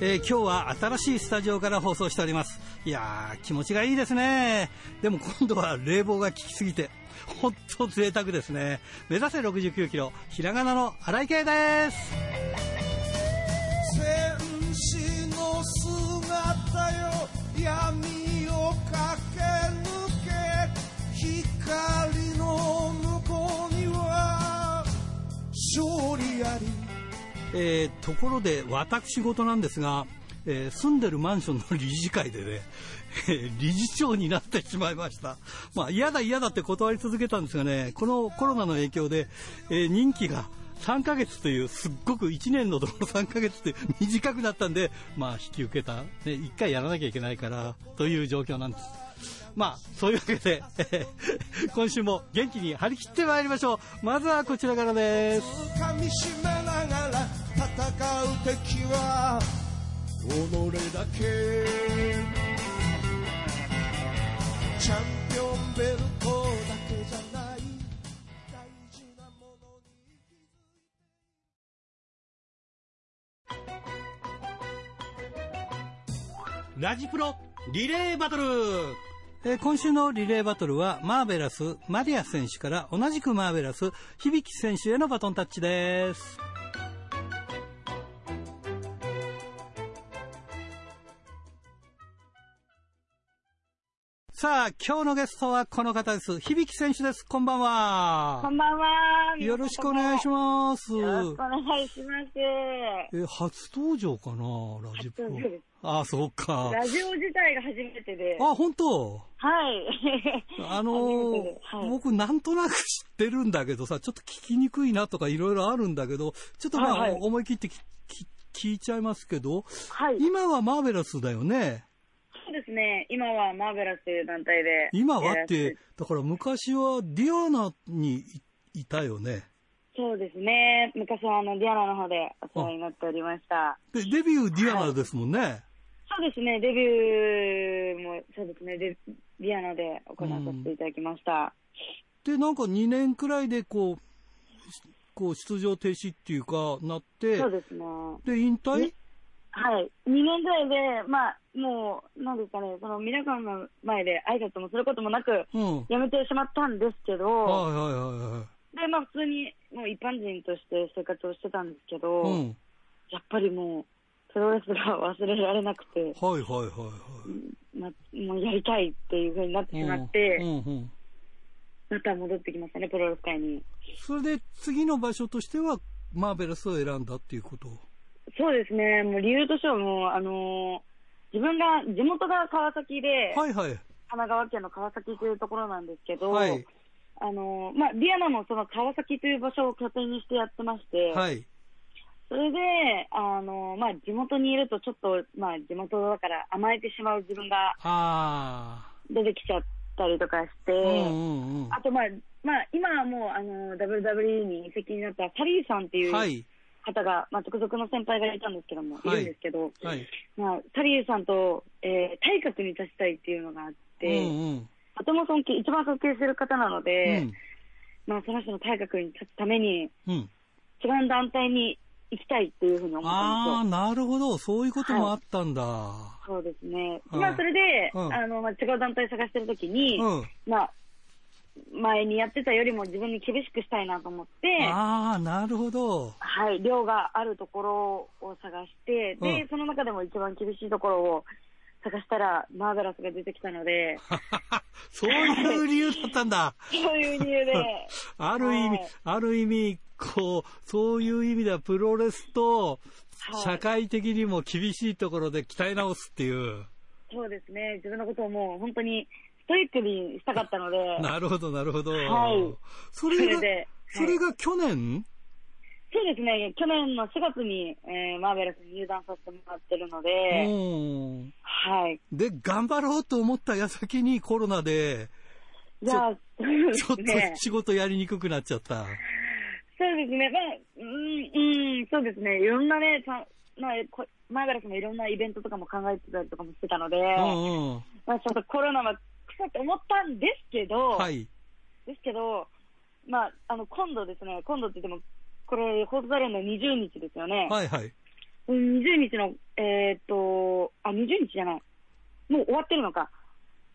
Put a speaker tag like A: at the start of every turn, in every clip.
A: えー今日は新しいスタジオから放送しておりますいやー気持ちがいいですねでも今度は冷房が効きすぎてほんと贅沢ですね目指せ69キロひらがなの荒井圭です
B: 戦士の姿よ闇を駆け抜け光の向こうには勝利あり
A: えーところで私事なんですが、えー住んでるマンションの理事会でね、えー理事長になってしまいました、まあ、嫌だ嫌だって断り続けたんですがねこのコロナの影響で、えー任期が3ヶ月というすっごく1年のところ3ヶ月って短くなったんで、まあ、引き受けた、ね、1回やらなきゃいけないからという状況なんです。まあ、そういうわけで、えー今週も元気に張り切ってまいりましょう。まずはこちらからです。
B: 噛みしめながら戦う敵は己だけチャンピオンベルトだけじゃない大事なものに
A: ラジプロリレーバトルえー今週のリレーバトルはマーベラスマリア選手から同じくマーベラス響選手へのバトンタッチですさあ今日のゲストはこの方です響選手ですこんばん
C: こ
A: は
C: んばんは。
A: よろしくお願いします
C: よろしくお願いします。
A: え初登場かなラジプロ
C: 初登場です
A: ああそうか
C: ラジオ自体が初めてで。は
A: あ本当
C: い。
A: あの
C: 初め
A: ー
C: てですはい
A: 僕なんとなく知ってるんだけどさ、ちょっと聞きにくいなとかいろいろあるんだけど、ちょっとまあ、
C: はいはい
A: 思い切ってきき聞いちゃいますけど、
C: はい。そう
A: 今はマーベラスだよね。
C: ですね。今はマーベラスという団体で。
A: 今はっ
C: やらせ
A: て、だから昔はディアナにいいたよね。
C: そうですね。昔はあの、ディアナの方でお世話になっておりました。
A: で、デビューディアナですもんね。
C: そうですね。デビューも、そうですね。デディアナで行わさせていただきました。
A: で、なんか2年くらいでこう、こう出場停止っていうかなって、
C: そうですね。
A: で、引退、
C: ねはい。2年ぐらいで、まあ、もう、なんですかね、その皆さんの前で挨拶もすることもなく、
A: うん。はい
C: 辞めてしまったんですけど、
A: はいはいはい。
C: で、まあ普通にもう一般人として生活をしてたんですけど、
A: うん。
C: やっぱりもう、プロレスが忘れられなくて、
A: はいはいはいはい。
C: ま、もうやりたいっていう風になってしまって、
A: うんうんうん
C: また戻ってきましたね、プロレス界に。
A: それで次の場所としてはマーベラスを選んだっていうこと
C: そうですね、もう理由としてはもう、あのー自分が、地元が川崎で、
A: はいはい
C: 神奈川県の川崎というところなんですけど、
A: はい
C: あのーまあ、ディアナもその川崎という場所を拠点にしてやってまして、
A: はい
C: それで、あの、まあ、地元にいるとちょっと、まあ、地元だから甘えてしまう自分が
A: あ
C: 出てきちゃったりとかして、
A: あうんうんうん
C: あと、まあ、まあ、今はもう、あの、WWE に移籍になったサリーさんっていう
A: はい
C: 方が、まあ、直属の先輩がいたんですけども、
A: はい
C: い、るんですけど、
A: はい
C: まあ、サリーさんと、えー体格に立ちたいっていうのがあっ
A: う
C: て、
A: んうん
C: とても尊敬、一番尊敬してる方なの
A: う
C: で、
A: ん
C: まあ、その人の体格に立つために、
A: うん
C: 違う団体に行きたいっていうふうに思ったんですよ
A: ああ。なるほどそういうこともあったんだ、
C: そうですね。
A: はい
C: まあ、それで、
A: うん
C: あの、まあ、違う団体探してるときに、
A: うん
C: まあ、前にやってたよりも自分に厳しくしたいなと思って、
A: ああなるほど
C: はい、量があるところを探して、で、
A: うん
C: その中でも一番厳しいところを探したら、マーベラスが出てきた ので、
A: そういう理由だったんだ
C: そういう理由で、
A: ある意味、
C: はい
A: ある意味、こう、そういう意味ではプロレスと、
C: はい
A: 社会的にも厳しいところで鍛え直すっていう。
C: そうですね、自分のことをもう本当にストイックにしたかったので、
A: なるほど、なるほど。
C: はい
A: そ
C: そ
A: れ
C: れ
A: が、
C: で、
A: それが去年
C: そうですね、去年の4月に、えーマーベラスに入団させてもらってるので、
A: うん。
C: はい。
A: で、頑張ろうと思った矢先にコロナで、
C: じゃあ、そうで
A: ちょっ
C: す
A: と
C: ね。
A: 仕事やりにくくなっちゃった。
C: そうですね。まあ、うん、うん、そうですね。いろんなね、たまあ、こ前からそのいろんなイベントとかも考えてたりとかもしてたので、
A: うんうん。
C: まあ、ちょっとコロナは来たって思ったんですけど、
A: はい。
C: ですけど、まあ、あの、今度ですね、今度って言っても、これ、放送されるの20日ですよね。
A: はいはい。
C: 20日の、えーっと、あ、20日じゃない。もう終わってるのか。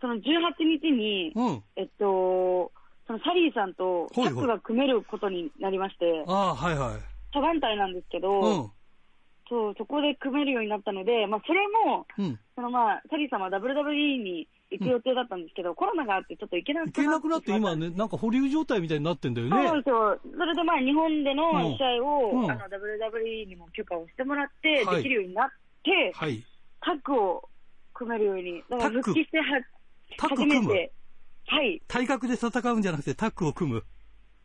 C: その18日に、
A: うん。
C: えっと、そのサリーさんとタ
A: はいはい
C: ッグが組めることになりまして、
A: ああ、はいはい。
C: 多団体なんですけ
A: う
C: ど、
A: ん。
C: そう、そこで組めるようになったので、まあ、それも、
A: うん。
C: そのまあ、サリーさんは WWE に行く予定だったんですけど、コロナがあってちょっと行けなく
A: 行
C: な
A: けなくなって、今ね、なんか保留状態みたいになってんだよ
C: そうなん
A: ね。
C: ですよ。それでまあ、日本での試合を、
A: うんうん
C: あの、WWE にも許可をしてもらって、
A: はい
C: できるようになって、
A: はい。
C: タッグを組めるように。だ
A: タ
C: から
A: ッグ
C: 復帰しては、
A: タッグ
C: 初め
A: 組む
C: て。はい。
A: 体格で戦うんじゃなくてタッグを組む。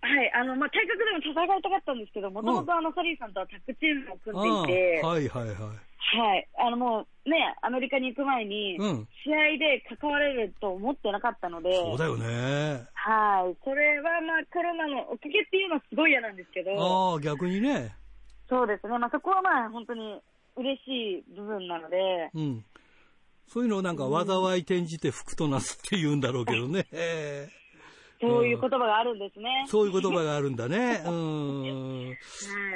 C: はい。あの、まあ、体格でも戦いたかったんですけど、もともとあの、サリーさんとはタッグチームを
A: ああ
C: 組んでいて、はい、
A: はいはいはい。
C: あの、もうね、アメリカに行く前に、
A: うん。
C: 試合で関われると思ってなかったので、
A: そうだよね。
C: はい。それはまあ、コロナのおかげっていうのはすごい嫌なんですけど、
A: ああ、逆にね。
C: そうですね。まあ、そこはまあ、本当に嬉しい部分なので、
A: うん。そういうのをなんか災い転じて福となすって言うんだろうけど ね。ええ
C: そういう言葉があるんですね。
A: そういう言葉があるんだ ね。うん。
C: は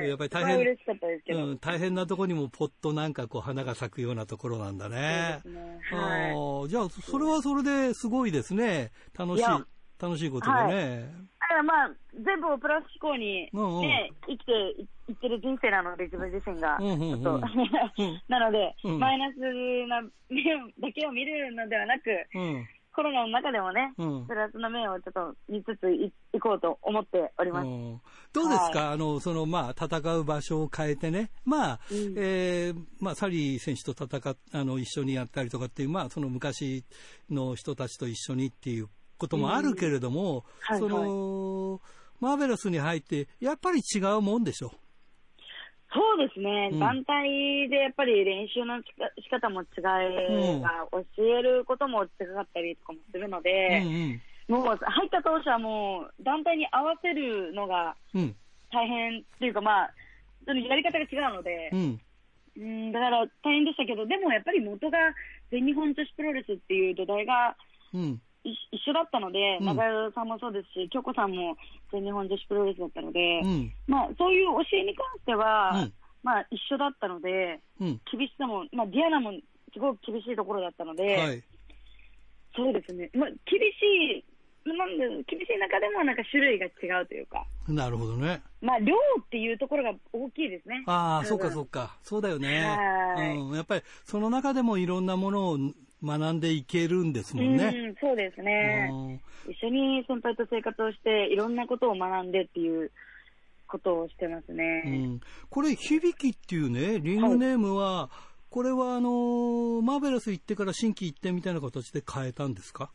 C: い。
A: やっぱり大変
C: それは嬉しかったですけど。
A: うん、大変なとこにもポッとなんかこう花が咲くようなところなんだね。
C: そうですね
A: あ
C: はい
A: ーじゃあ、それはそれですごいですね。楽しい
C: いや、
A: 楽しいことだね。
C: ただまあ、全部をプラス思考に、ね
A: うんうん
C: 生きていってる人生なので、自分自身が。
A: うんうんうん
C: ちょっと
A: うん
C: なので、
A: うん
C: マイナスな 面だけを見るのではなく、
A: うん。
C: コロナの中でもね、
A: うん
C: プラスの面をちょっと見つついいこうと思っております。
A: うんどうですか、あの、その、まあ、戦う場所を変えてね、まあ、
C: うん
A: えーまあ、サリー選手と戦っ、あの、一緒にやったりとかっていう、まあ、その昔の人たちと一緒にっていうこともあるけれども、
C: うん
A: その、マーベラスに入って、やっぱり違うもんでしょ。
C: そうですね、
A: うん
C: 団体でやっぱり練習のしか仕方も違
A: うん
C: いが、教えることも違かったりとかもするので、
A: うん
C: もう入った当初はもう、団体に合わせるのが、
A: うん。うん。
C: 大変っていうか、まあ、そのやり方が違うので
A: う、ん。
C: うん、だから大変でしたけど、でもやっぱり元が全日本女子プロレスっていう土台が
A: うん。
C: い一緒だったので、
A: うん
C: 長代さんもそうですし、京子さんも全日本女子プロレスだったので、
A: うん。
C: まあ、そういう教えに関しては、
A: うん
C: まあ、一緒だったので、
A: うん。
C: 厳しさも、まあ、ディアナもすごく厳しいところだったので、
A: はい。
C: そうですね、まあ、厳しい、なんで厳しい中でもなんか種類が違うというか、
A: なるほどね。
C: まあ、量っていうところが大きいですね。
A: ああ、そうか
C: ん
A: そうか。そうだよね
C: は。い
A: うん。やっぱり、その中でもいろんなものを学んでいけるんですもんね。
C: うん、そうですね。
A: うん
C: 一緒に先輩と生活をして、いろんなことを学んでっていうことをしてます
A: う
C: ね。
A: ん。これ、響きっていうね、リングネームは、これはあのーマーベラス行ってから新規行ってみたいな形で変えたんですか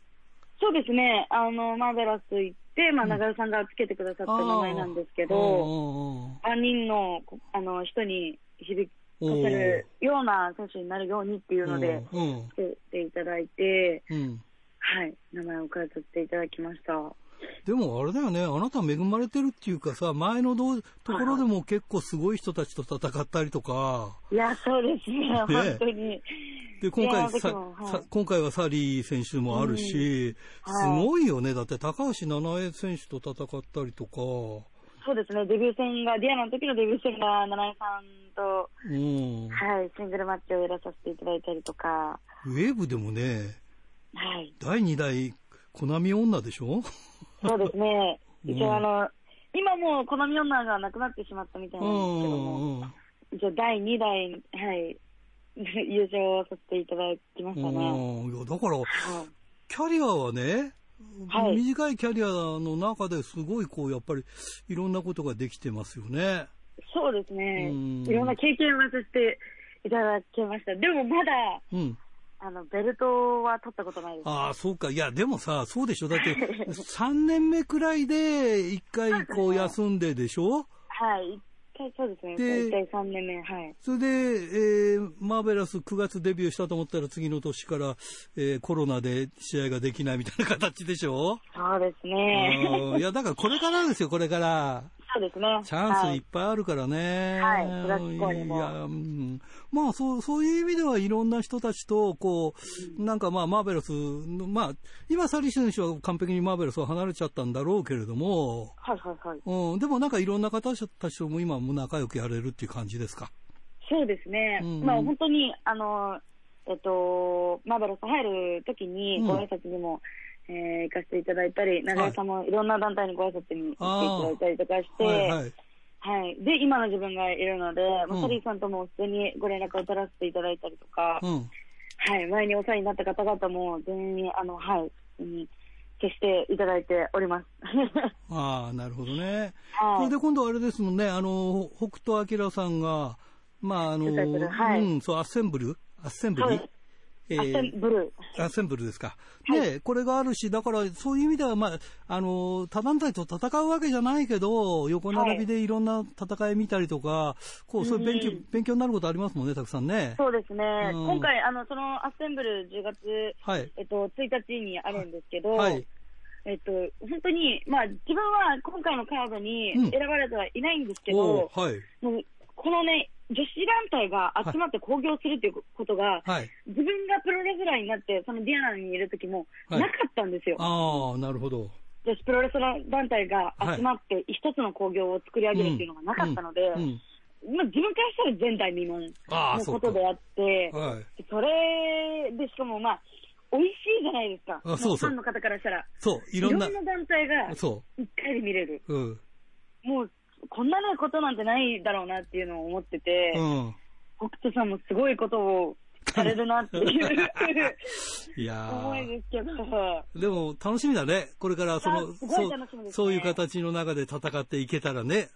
C: そうですね。あの、マーベラス行って、まあ、長代さんがつけてくださった名前なんですけど、
A: ど、
C: 万人の、こあの、人に響か
A: おー
C: せるような選手になるようにっていうので、
A: うんうん
C: つけていただいて、
A: うん。
C: はい、名前を変えさせていただきました。
A: でもあれだよね、あなた恵まれてるっていうかさ、前のどうところでも結構すごい人たちと戦ったりとか、
C: いや、そうですね、本当に。
A: で、今
C: いや
A: 回
C: 私
A: さ、
C: もはい
A: さ今回はサリー選手もあるし、
C: うん
A: す
C: はい
A: ごいよね。だって高橋七重選手と戦ったりとか、
C: そうですね、デビュー戦が、ディアナの時のデビュー戦が、七重さんと、
A: うん。ウ
C: はい、シングルマッチをやらさせていただいたりとか、
A: ェーブでもね、
C: はい、
A: 第2代、コナミ女でしょ
C: そうで すね、
A: うん
C: 一応あの、今もう好み女がなくなってしまったみたい
A: うん
C: なんですけども、
A: うん
C: 一応第2代、はい、 優勝をさせていただきましたね。
A: うん。うん。いや、だから、
C: はい
A: キャリアはね、
C: はい
A: 短いキャリアの中ですごいこう、やっぱり、いろんなことができてますよね。
C: そうですね
A: うん、
C: いろんな経験をさせていただきました。でもまだ、
A: うん。
C: あの、ベルトは取ったことないです。
A: ああ、そうか。いや、でもさ、そうでしょ。だ って、3年目くらいで、一回こう休んででしょ
C: はい、一回そうですね、
A: で
C: 一回3年目、はい。
A: それで、えーマーベラス9月デビューしたと思ったら次の年から、えーコロナで試合ができないみたいな形でしょ
C: そうです
A: う
C: ね。
A: んいや、だからこれからですよ、これから。
C: そうですね。
A: チャンス
C: はい
A: っぱいあるからね。
C: はい小学校にも
A: いや、うんまあそう、そういう意味ではいろんな人たちと、こう、なんかまあ、マーベラスの、まあ、今、サリシ選手は完璧にマーベラスを離れちゃったんだろうけれども、
C: はいはいはい。
A: うん、でもなんかいろんな方たちとも今も仲良くやれるっていう感じですか。
C: そうですね。
A: うん
C: まあ本当に、あの、えっと、マーベラス入るときに
A: うん
C: ご挨拶にも、えー行かせていただいたり、長井さんもいろんな団体にご挨拶に行っていただいたりとかして、
A: はい
C: は、
A: はいい。
C: で、今の自分がいるので、ま
A: う
C: あ、
A: ん
C: サリーさんとも普通にご連絡を取らせていただいたりとか、
A: うん。
C: はい、前にお世話になった方々も全員、あの、はい、うん消していただいており ます。
A: ああ、なるほどね。
C: はい
A: それで今度あれですもんね、あの、北斗晶さんが、まああの、
C: 主催するはい
A: うん、そう、アッセンブルアッセンブ
C: は
A: ル
C: いアッセンブル
A: アッセンブルですか。で、これがあるし、だからそういう意味では、まあ、あの、他団体と戦うわけじゃないけど、横並びでいろんな戦い見たりとか、こう、そういう勉強、勉強になることありますもんね、たくさんね。
C: そうですね、
A: うん
C: 今回、あのそのアッセンブル10月、
A: はい
C: えっと、1日にあるんですけど、
A: はい。
C: えっと、本当に、まあ、自分は今回のカードに
A: うん
C: 選ばれてはいないんですけ
A: お
C: ど、
A: ーはい。
C: もうこのね、女子団体が集まって興行するということが、
A: はい。
C: 自分がプロレスラーになって、そのディアナにいる時も、
A: はい
C: なかったんですよ、
A: ああ、なるほど。
C: 女子プロレスラー団体が集まって、一つの興行を作り上げるっていうのがなかったので、
A: うんうん
C: まあ、自分からしたら前代未
A: あ
C: 聞
A: あ
C: の
A: そう
C: こ
A: か
C: とであって、
A: はい。
C: それで、しかもまあ、美味しいじゃないですか。
A: あそうそう
C: ファンの方からしたら。
A: そう、い
C: い
A: ろ
C: ろ
A: ん
C: ん
A: な
C: な、団体が
A: そ
C: 一回で見れる。
A: う、うん。
C: もう、こんなねことなんてないだろうなっていうのを思ってて、
A: うん。
C: 北斗さんもすごいことをされるなっていう
A: いやー
C: 思いですけど、
A: でも楽しみだね。これからその、
C: あすごい
A: そう
C: 楽しみですね
A: そういう形の中で戦っていけたらね。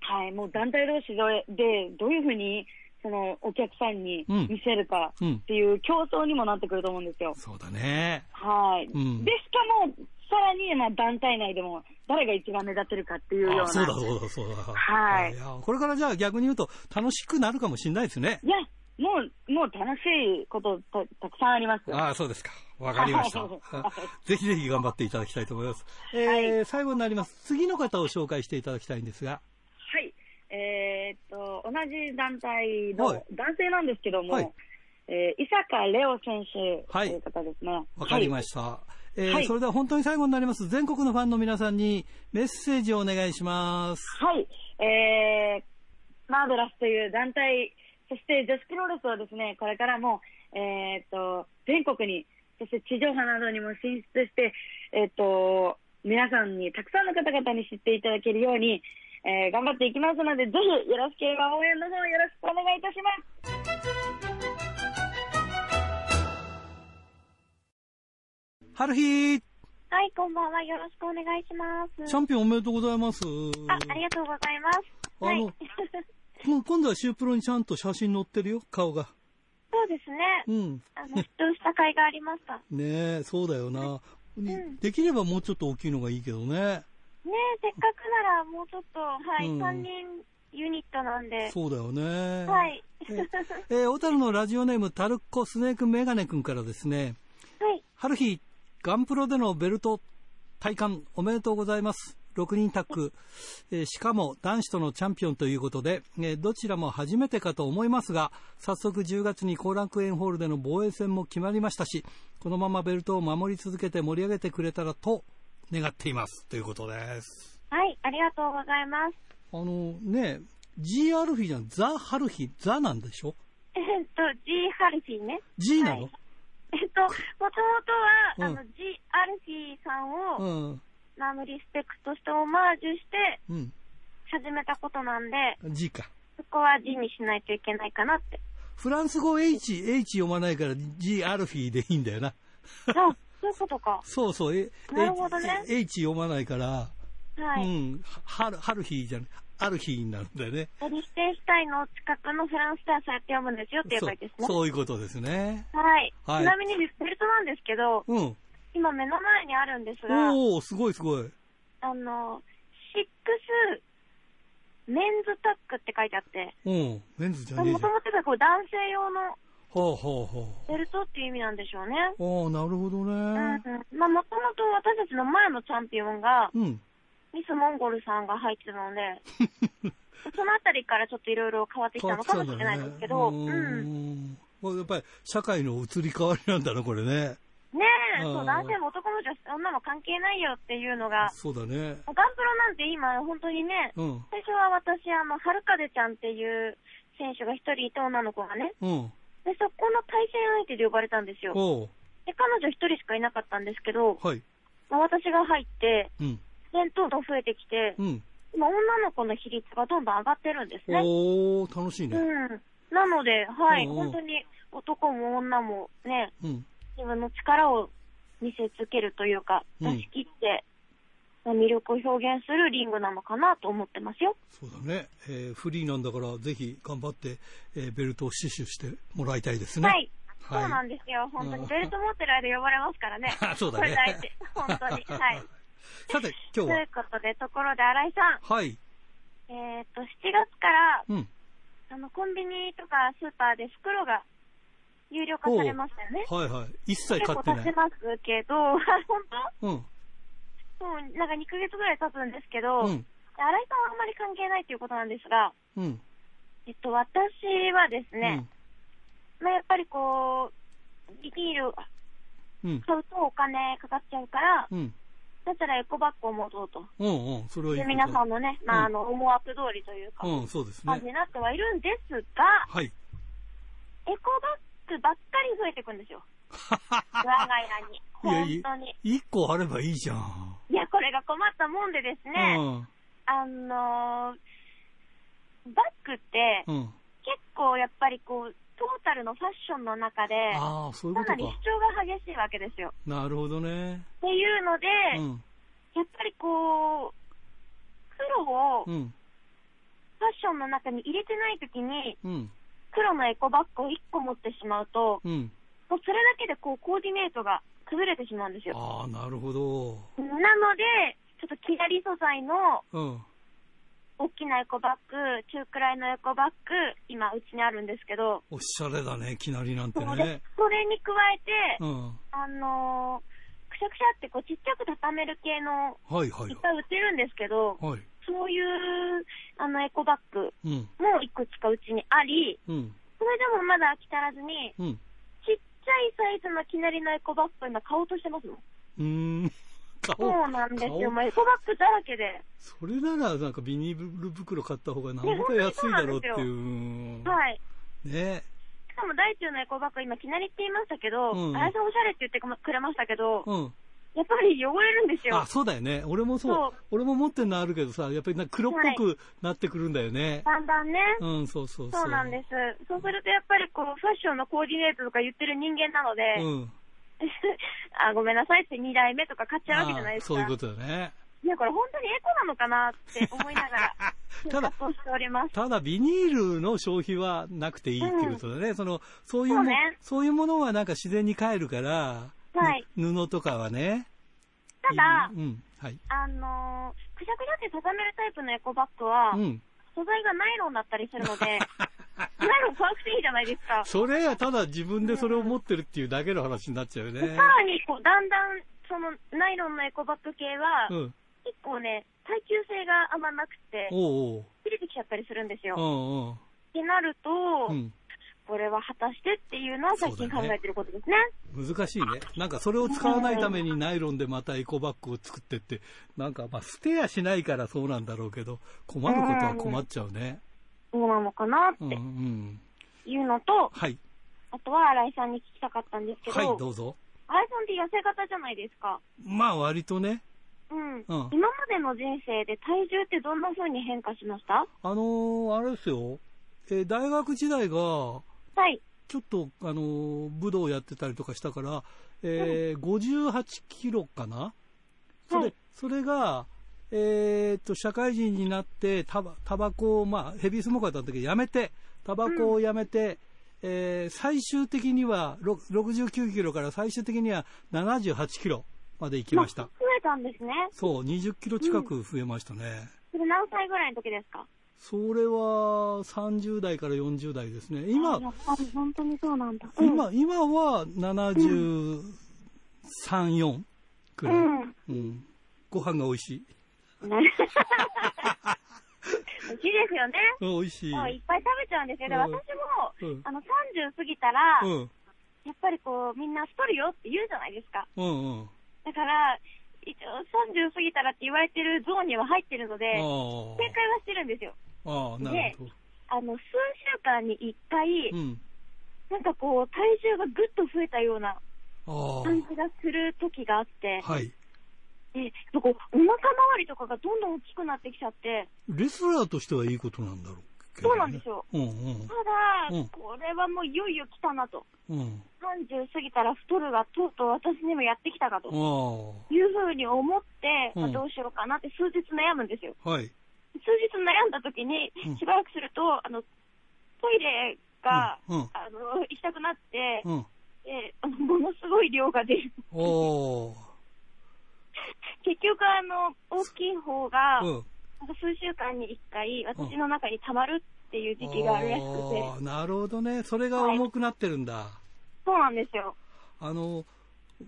C: はい、もう団体同士で、どういうふうに、その、お客さんに
A: うん
C: 見せるかっていう競争にもなってくると思うんですよ。
A: そうだね。
C: はい。
A: うん
C: で、しかも、さらに、まあ、団体内でも、誰が一番目立てるかっていうような。
A: あそうだそうだそうだ。
C: はい
A: やこれからじゃあ逆に言うと楽しくなるかもしれないですね。
C: いや、もう、もう楽しいことたたくさんあります。
A: ああ、そうですか。わかりました
C: は い。
A: ぜひぜひ頑張っていただきたいと思います。えー最後になります。次の方を紹介していただきたいんですが。
C: はい。えーっと、同じ団体
A: は
C: の
A: い
C: 男性なんですけども、
A: はい
C: えー伊坂レオ選手と
A: はい
C: いう方ですね。
A: わかり
C: はい
A: ました。えー
C: はい
A: それでは本当に最後になります。全国のファンの皆さんにメッセージをお願いします。
C: はい、えー、マーベラスという団体、そして女子プロレスをですね、これからも、えーっと、全国に、そして地上波などにも進出して、えーっと、皆さんに、たくさんの方々に知っていただけるように、えー頑張っていきますので、ぜひよろしければ応援の方よろしくお願いいたします。
A: 春日
D: はい、こんばんは。よろしくお願いします。
A: チャンピオンおめでとうございます。
D: あ、ありがとうございます。
A: あ
D: は
A: の
D: い。
A: もう今度はシュープロにちゃんと写真載ってるよ、顔が。
D: そうです
A: う
D: ね。
A: ん。
D: あの、出場した甲斐がありました。
A: ねえ、そうだよな。
D: ん
A: できればもうちょっと大きいのがいいけどね。
D: ねえ、せっかくならもうちょっと、はい、
A: うん
D: 3人ユニットなんで。
A: そうだよね。
D: はい。
A: えー、小樽のラジオネーム、タルッコスネークメガネ君からですね、
D: はい。
A: 春日、ガンプロでのベルト体感おめでとうございます。6人タッグ、えーしかも男子とのチャンピオンということで、えーどちらも初めてかと思いますが、早速10月に後楽園ホールでの防衛戦も決まりましたし、このままベルトを守り続けて盛り上げてくれたらと願っています。ということです。
D: はい、ありがとうございます。
A: あのね、G アルフィーじゃん、ザ・ハルヒ、ザなんでしょ
D: えっと、G ハルフィーね。
A: ?G なの、
D: はいえっと、もともとは、
A: うん
D: あの、G アルフィーさん
A: う
D: を、
A: ん。
D: あの、リスペクトしてオマージュして
A: うん。
D: 始めたことなんで、
A: G か。
D: そこは G にしないといけないかなって。
A: フランス語 H、H 読まないから G アルフィーでいいんだよな。
D: あ、そういうことか。
A: そうそう、え、
D: なるほどね
A: H H 読まないから、
D: はい。
A: うん、ははる、はるひじゃん、ある日になるんだよね。
D: より指定主体の近くのフランスではそうやって読むんですよっていう
A: そ
D: 書
A: う
D: いてですね。
A: そういうことですね。
D: はい、
A: はい
D: ちなみにベルトなんですけど、
A: うん。
D: 今目の前にあるんですが、
A: おおすごいすごい。
D: あの、シックスメンズタックって書いてあって、
A: うん、メンズじゃ
D: も
A: ねえ
D: と
A: じゃん。は
D: もとがこう男性用の
A: あ、はあは
D: ベルトっていう意味なんでしょうね。
A: あ、ああ、なるほど
D: うん
A: ね。
D: うんまあ、もともと私たちの前のチャンピオンが、
A: うん。
D: ミスモンゴルさんが入ってたので、 そのあたりからちょっといろいろ変わってきたのかもしれないですけど、
A: 変わってた
D: う
A: んだよね
D: ん。
A: うんこれやっぱり社会の移り変わりなんだな、これね。
D: ねえ、
A: うん
D: そう、男性も男も女女も関係ないよっていうのが、
A: そうだね。
D: ガンプロなんて今、本当にね、
A: うん。
D: 最初は私、あの、はるかでちゃんっていう選手が一人いて、女の子がね。
A: うん。
D: で、そこの対戦相手で呼ばれたんですよ。
A: おう
D: で、彼女一人しかいなかったんですけど、
A: はい。
D: まあ私が入って、
A: うん。
D: で、どんどん増えてきて、
A: うん。
D: 今、女の子の比率がどんどん上がってるんですね。
A: おー、楽しいね
D: う。ん。なので、はい、
A: うん
D: 本当に男も女もね、
A: うん。
D: 自分の力を見せつけるというか、
A: うん
D: 出し切って、まあ魅力を表現するリングなのかなと思ってますよ。
A: そうだね。えーフリーなんだから、ぜひ頑張って、えーベルトを死守してもらいたいですね。
D: はい。
A: はい
D: そうなんですよ。本当
A: う
D: に。
A: ん。
D: ベルト持ってる間呼ばれますからね
A: あ そうだね
D: これ大事。 本 当に。はい。
A: さて、今日
D: とい
A: は
D: う。ことで、ところで新井さん、
A: はい。
D: えっ、と、7月から、
A: うん。
D: あの、コンビニとかスーパーで袋が有料化されましたよね。
A: はいはい。一切
D: 結
A: 買
D: 構
A: って
D: 経
A: な
D: ち
A: い。
D: ますけど、 あ
A: う
D: 本
A: ん。
D: 当もうなんか2ヶ月ぐらい経つんですけど、
A: う
D: 新
A: ん。
D: 井さんはあんまり関係ないということなんですが、
A: うん。
D: えっと、私はですね、まあ、やっぱりこう、ビニール
A: うん。うん。
D: 買うとお金かかっちゃうから、
A: うん。
D: だったらエコバッグを持とうと。
A: うん。うん。それはいい
D: で
A: こと。
D: 皆さんのね、
A: うん
D: まあ、あの、思惑通りというか、
A: うん、そうです
D: 感じ
A: ね。
D: になってはいるんですが、
A: はい。
D: エコバッグばっかり増えていくんで すよ。我が家に。
A: い
D: 本
A: やい
D: 当に。
A: 一個あればいいじゃん。
D: いや、これが困ったもんでですね、あのーバッグって
A: うん。うん。
D: 結構やっぱりこう、トータルのファッションの中で、
A: ああ、そういう
D: か
A: ことか
D: なり。主張が激しいわけですよ。
A: なるほどね。
D: っていうので、
A: うん。
D: やっぱりこう、黒をフ
A: うん。
D: ァッションの中に入れてない時に、
A: うん。
D: 黒のエコバッグを1個持ってしまうと、
A: うん。
D: もうそれだけでこうコーディネートが崩れてしまうんですよ。
A: ああ、なるほど。
D: なので、ちょっとキラリ素材の
A: うん。
D: 大きなエコバッグ、中くらいのエコバッグ、今うちにあるんですけど、
A: おしゃれだね、きなりなんて
D: そ
A: ね
D: うで。それに加えて、
A: うん。
D: あのーくしゃくしゃってこうちっちゃく畳める系の、
A: はいはい
D: いっぱい売ってるんですけど、
A: はい。はい。
D: そういうあのエコバッグ
A: うん。
D: もいくつかうちにあり、
A: うん。
D: それでもまだ飽き足らずに、
A: うん。
D: ちっちゃいサイズのきなりのエコバッグを今買おうとしてますもん。
A: うーん。顔。
D: そうなんですよ。
A: 顔
D: もうエコバッグだらけで。
A: それなら、なんかビニール袋買った方がなんぼか安いだろうっていう。うん
D: はい。
A: ね
D: しかも大中のエコバッグ今きなりって言いましたけど、
A: うん
D: あやさんおしゃれって言ってくれましたけど、
A: うん。
D: やっぱり汚れるんですよ
A: あ、。そうだよね。俺もそう。
D: そう
A: 俺も持ってるのあるけどさ、やっぱりなんか黒っぽくなってくるんだよね。
D: だんだんね。
A: うん、そうそうそう。
D: そうなんです。そうするとやっぱりこう、ファッションのコーディネートとか言ってる人間なので、
A: うん。
D: あ、ごめんなさいって2代目とか買っちゃうわけじゃないですか。
A: そういうことだね。
D: いや、これ本当にエコなのかなって思いながら、
A: た
D: 生
A: だ
D: 活をしております。
A: ただ、ビニールの消費はなくていいっていうことだね。その、そういうも
D: そうね
A: そういうものはなんか自然に帰るから、
D: はい
A: ぬ布とかはね。
D: ただ
A: い、いうん、はい。
D: あのーくしゃくしゃって畳めるタイプのエコバッグは、
A: うん。
D: 素材がナイロンだったりす るので、ナイロン怖くていいじゃないですか。
A: それはただ自分でそれを持ってるっていうだけの話になっちゃうよ
D: で
A: ね
D: さ。らに、こう、だんだん、その、ナイロンのエコバッグ系は、
A: うん。
D: 結構ね、耐久性があんまなくて、
A: おう
D: 切れてきちゃったりするんです
A: お
D: よ。
A: う。うんうん。
D: ってなると、
A: うん。
D: これは果たしてっていうのは最近考えてることですね。
A: 難しいね。なんかそれを使わないためにナイロンでまたエコバッグを作ってって、なんかまあ捨てやしないからそうなんだろうけど、困ることは困っちゃうね。
D: どうなのかなっ
A: うんう
D: て
A: ん。
D: いうのと、
A: はい。
D: あとは新井さんに聞きたかったんですけど、
A: はい、
D: 新
A: どうぞ。
D: 井さんって痩せ型じゃないですか。
A: まあ割とね、
D: うん。
A: うん
D: 今までの人生で体重ってどんな風に変化しました
A: あのーあれですよ、えー大学時代が、
D: はい。
A: ちょっと、あのー武道やってたりとかしたから、えー58キロかなそれ、
D: はい
A: それが、えーっと、社会人になって、タバ、タバコを、まあ、ヘビースモーカーだったけど、やめて、タバコをやめて、えー最終的には、ろ69キロから最終的には78キロまで行きました
D: あ。増えたんですね。
A: そう、20キロ近く増えましたね。
D: それ何歳ぐらいの時ですか
A: それは30代から40代ですね。今
D: あ、やっぱり本当にそうなんだ。うん
A: 今、今は73、4くらい。
D: うん
A: うんご飯が美味しい。
D: 美味しいですよね。
A: うん美味しい。
D: もういっぱい食べちゃうんですけど、
A: うん
D: 私も、
A: うん
D: あの30過ぎたら、
A: うん。
D: やっぱりこう、みんな太るよって言うじゃないですか。
A: うんうん。
D: だから、一応30過ぎたらって言われてるゾーンには入ってるの
A: あ
D: で、正解はしてるんですよ。
A: あ。ああ、なるほど。
D: あの、数週間に1回、
A: うん。
D: なんかこう、体重がぐっと増えたような
A: あ
D: 感じがする時があって
A: あ。、はい。
D: で、なんかお腹周りとかがどんどん大きくなってきちゃって、
A: レスラーとしてはいいことなんだろうけど、ね。
D: そうなんですよ。
A: うんうん
D: た。だ、
A: うん
D: これはもういよいよ来たなと。
A: うん。
D: 30過ぎたら太るがとうとう私にもやってきたかと。
A: あ
D: いうふうに思って、
A: うん
D: まあどうしようかなって数日悩むんですよ。
A: あ。はい。
D: 数日悩んだ時に
A: うん、
D: しばらくすると、あの、トイレが、
A: うんうん
D: あの、行きたくなって、
A: うん。あ
D: であのものすごい量が出る。
A: あ。
D: 結局、あの、大きい方が、
A: うん。
D: なんか数週間に1回、私の中に溜まるっていう時期があるらしくて、
A: ああなるほどね。それが重くなってるんだ。
D: そうなんですよ。
A: あの、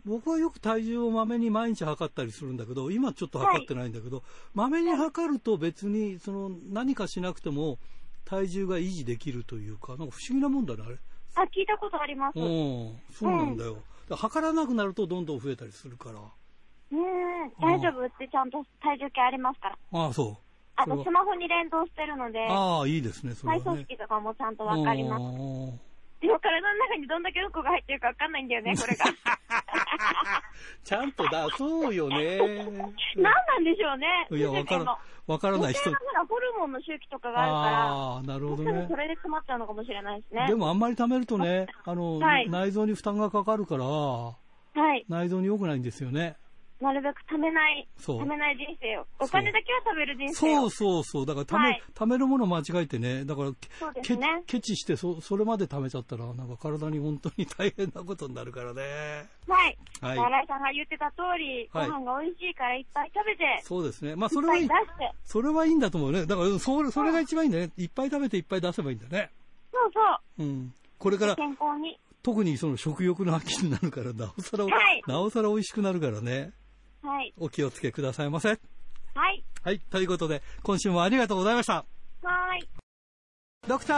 A: 僕はよく体重をまめに毎日測ったりするんだけど、今ちょっと測ってないんだけど、まめに測ると別に、その、何かしなくても体重が維持できるというか、なんか不思議なもんだね、あれ。
D: あ、聞いたことあります。
A: う
D: うん。
A: ん、そうなんだよ。だから測らなくなるとどんどん増えたりするから。
D: 大丈夫ってちゃんと体重計ありますから。
A: ああ、そう。
D: あ
A: それは
D: と、スマホに連動してるので、
A: ああ、いいですね、それ
D: 体
A: は
D: 操
A: ね。
D: 式とかもちゃんとわかります。
A: うん
D: でも体の中にどんだけうんこが入ってるかわかんないんだよね、これが。
A: ちゃんと出そうよね。
D: 何 なんでしょうね。
A: いや、わから
D: 女、
A: わからない
D: 性
A: 人
D: の。ほら、ホルモンの周期とかがあ
A: ああ、なる
D: る
A: ほ
D: か
A: ど
D: ら、も
A: ね
D: しかしたら。それで詰まっちゃうのかもしれないですね。
A: でもあんまり貯めると ね、あの、
D: はい
A: 内臓に負担がかかるから、
D: はい。
A: 内臓に良くないんですよね。
D: なるべく貯めない、
A: そう
D: 貯めない人生を。
A: そう
D: お金だけは食べる人生
A: そ
D: を。
A: うそうそう。だから貯め、
D: はい
A: 貯めるもの間違えてね。だから、け
D: そうです
A: け
D: ね
A: ケチしてそ、それまで貯めちゃったら、なんか体に本当に大変なことになるからね。
D: はい。
A: はい
D: 新井さんが言ってた通り、ご
A: はい
D: 飯が美味しいからいっぱい食べて、
A: そうですね。まあ、そ
D: い
A: れはい
D: っ
A: い
D: ぱい出して。
A: それはいいんだと思うね。だから、それ、それが一番いいんだね。いっぱい食べていっぱい出せばいいんだね。
D: そうそ
A: うん。これから
D: う。、健康に。
A: 特にその食欲の秋になるから、なおさら、
D: はい
A: なおさら美味しくなるからね。
D: はい。
A: お気をつけくださいませ。
D: はい。
A: はい。ということで、今週もありがとうございました。
D: はーい。
A: ドクター、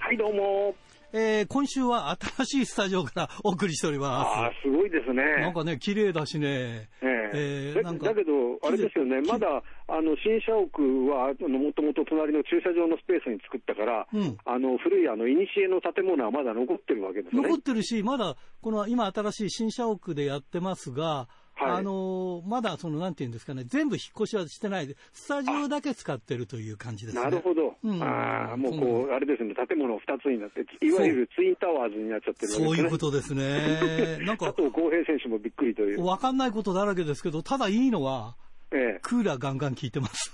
E: はい、どうも。
A: えー、今週は新しいスタジオからお送りしており
E: ああ
A: ま、
E: すごいですね。
A: す。なんかね、綺麗だしね。
E: え
A: えー
E: えだ
A: なんか
E: だけど、あれですよね、
A: き
E: まだあの新社屋はあのもともと隣の駐車場のスペースに作ったから、
A: うん
E: あの古いあの古の建物はまだ残ってるわけですね。
A: 残ってるし、まだ、この今新しい新社屋でやってますが、
E: はい
A: あのーまだその、なんていうんですかね、全部引っ越しはしてないで、スタジオだけ使ってるという感じですね。
E: なるほど、
A: うん
E: ああもう
A: そうなん
E: こう、あれですね、建物2つになって、いわゆるツインタワーズになっちゃってる
A: そう
E: わ
A: い
E: け
A: う
E: ですね。
A: ことですね。なん
E: 加
A: か、
E: 藤浩平選手もびっくりという、
A: わかんないことだらけですけど、ただいいのは、
E: ええ
A: クーラーガンガン効いてます。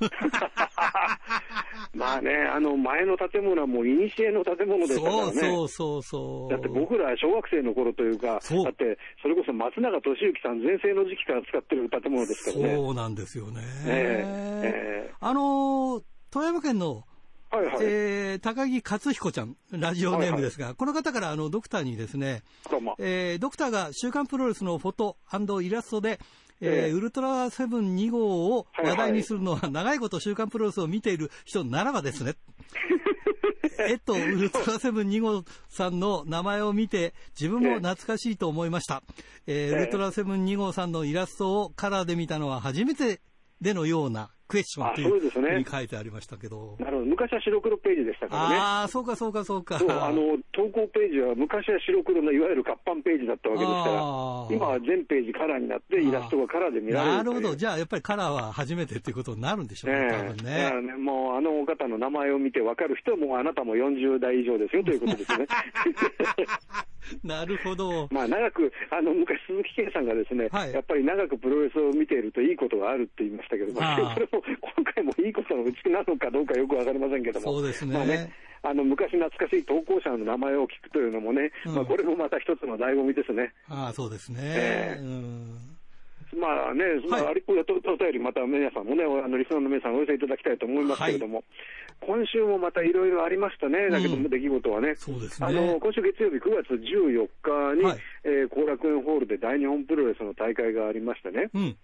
E: まあね、あの前の建物はもう、古の建物でしたから
A: そ
E: ね。
A: うそうそうそう。
E: だって僕ら小学生の頃というか、
A: そう
E: だってそれこそ松永俊之さん全盛の時期から使ってる建物ですからね。
A: そうなんですよね。
E: ええええ
A: あのー富山県の、
E: はいはい。
A: えー高木克彦ちゃん、ラジオネームですが、この方からあのドクターにですね、
E: どうも
A: えードクターが週刊プロレスのフォトイラストで、えー
E: ええ
A: ウルトラセブン2号を話題にするのは、長いこと週刊プロレスを見ている人ならばです ね。えっと、ウルトラセブン2号さんの名前を見て、自分も懐かしいと思いました。えーウルトラセブン2号さんのイラストをカラーで見たのは初めてでのようなクエスチョンとい
E: あそう
A: う
E: です
A: ふ
E: ね
A: うに書いてありましたけど。
E: なるほど。昔は白黒ページでしたからね。
A: ああ、そうかそうかそうか。
E: そう、あの、投稿ページは昔は白黒のいわゆる活版ページだったわけですから
A: あー、
E: 今は全ページカラーになって、イラストがカラーで見られる
A: なるほど。
E: ゃ
A: じゃあ、やっぱりカラーは初めてっていうことになるんでしょうね、多
E: え
A: 分
E: えだ
A: ね
E: か。らね、もうあのお方の名前を見てわかる人はもうあなたも40代以上ですよということで すね。
A: なるほど。
E: まあ長く、あの昔、鈴木健さんがですね、
A: はい
E: やっぱり長くプロレスを見ているといいことがあるって言いましたけども、
A: ああ
E: それも今回もいいことのうちなのかどうかよくわかりませんけども、
A: そうですね
E: まあねあの昔懐かしい投稿者の名前を聞くというのもね、
A: うん
E: まあ、これもまた一つの醍醐味ですね。
A: ああ、そうですね。
E: ええ
A: うん。
E: まあね、まあ、
A: は
E: あ
A: い
E: れこうやってお便り、また皆さんもね、あのリスナーの皆さんお寄せいただきたいと思いますけれども、今週もまたいろいろありましたね、だけど
A: うん
E: も出来事はね。
A: そうですね
E: あの今週月曜日9月14日に、
A: はい
E: えー後楽園ホールで大日本プロレスの大会がありましてね、
A: うん。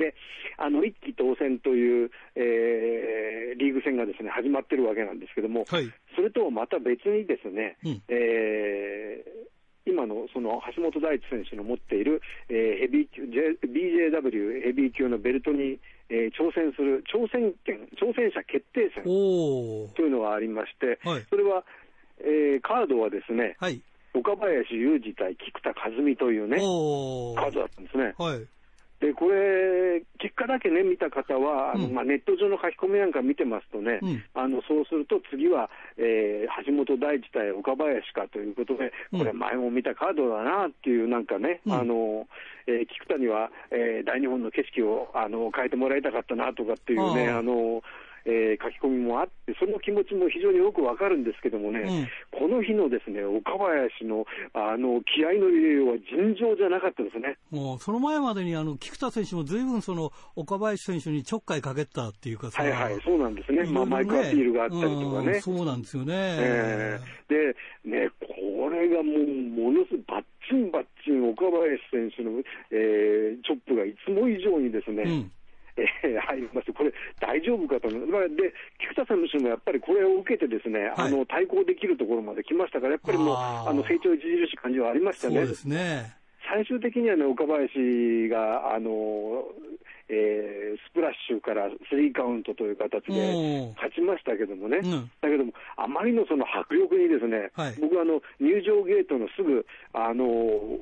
E: で、あの、一期当選という、えーリーグ戦がですね、始まってるわけなんですけども、
A: はい
E: それとまた別にですね、
A: うん
E: えー今のその橋本大地選手の持っている、えーヘビー級、J- BJW ヘビー級のベルトに、えー挑戦する挑戦権、挑戦者決定戦
A: おー
E: というのがありまして、
A: はい
E: それは、えーカードはですね、
A: はい。
E: 岡林雄二対菊田和美というね、
A: おー
E: カードだったんですね。
A: はい。
E: で、これ、結果だけね、見た方は、あの
A: うん
E: まあ、ネット上の書き込みなんか見てますとね、
A: うん
E: あのそうすると次は、えー橋本大地対岡林かということで、これ、
A: うん
E: 前も見たカードだなっていう、なんかね、
A: うん
E: あのえー菊田には、えー大日本の景色をあの変えてもらいたかったなとかっていうね、
A: ああ
E: あのえー書き込みもあって、その気持ちも非常によくわかるんですけどもね、
A: うん
E: この日のですね岡林のあの気合の入れようは尋常じゃなかったですね。
A: もうその前までにあの菊田選手もずいぶんその岡林選手にちょっかいかけてたっていうかさ、
E: はいはい、そうなんです
A: い
E: ね、
A: ろいろ
E: まあ、マイクアピールがあったりとか
A: う
E: ね
A: ん、そうなんですよね、
E: ええでねこれがもう、ものすごいバッチンバッチン、岡林選手の、えーチョップがいつも以上にですね、
A: うん
E: えー入りまして、これ、大丈夫かと思う、まあで菊田選手もやっぱりこれを受けて、ですね、
A: はい
E: あの対抗できるところまで来ましたから、やっぱりもう、
A: あ
E: あ
A: ー
E: の成長著しい感じはありました
A: そう
E: ね
A: で。すね、
E: 最終的にはね、岡林が、あの、えースプラッシュからスリーカウントという形
A: お
E: で
A: ー
E: 勝ちましたけどもね、
A: うん
E: だけども、あまりのその迫力にですね、
A: はい
E: 僕はあの入場ゲートのすぐ、あの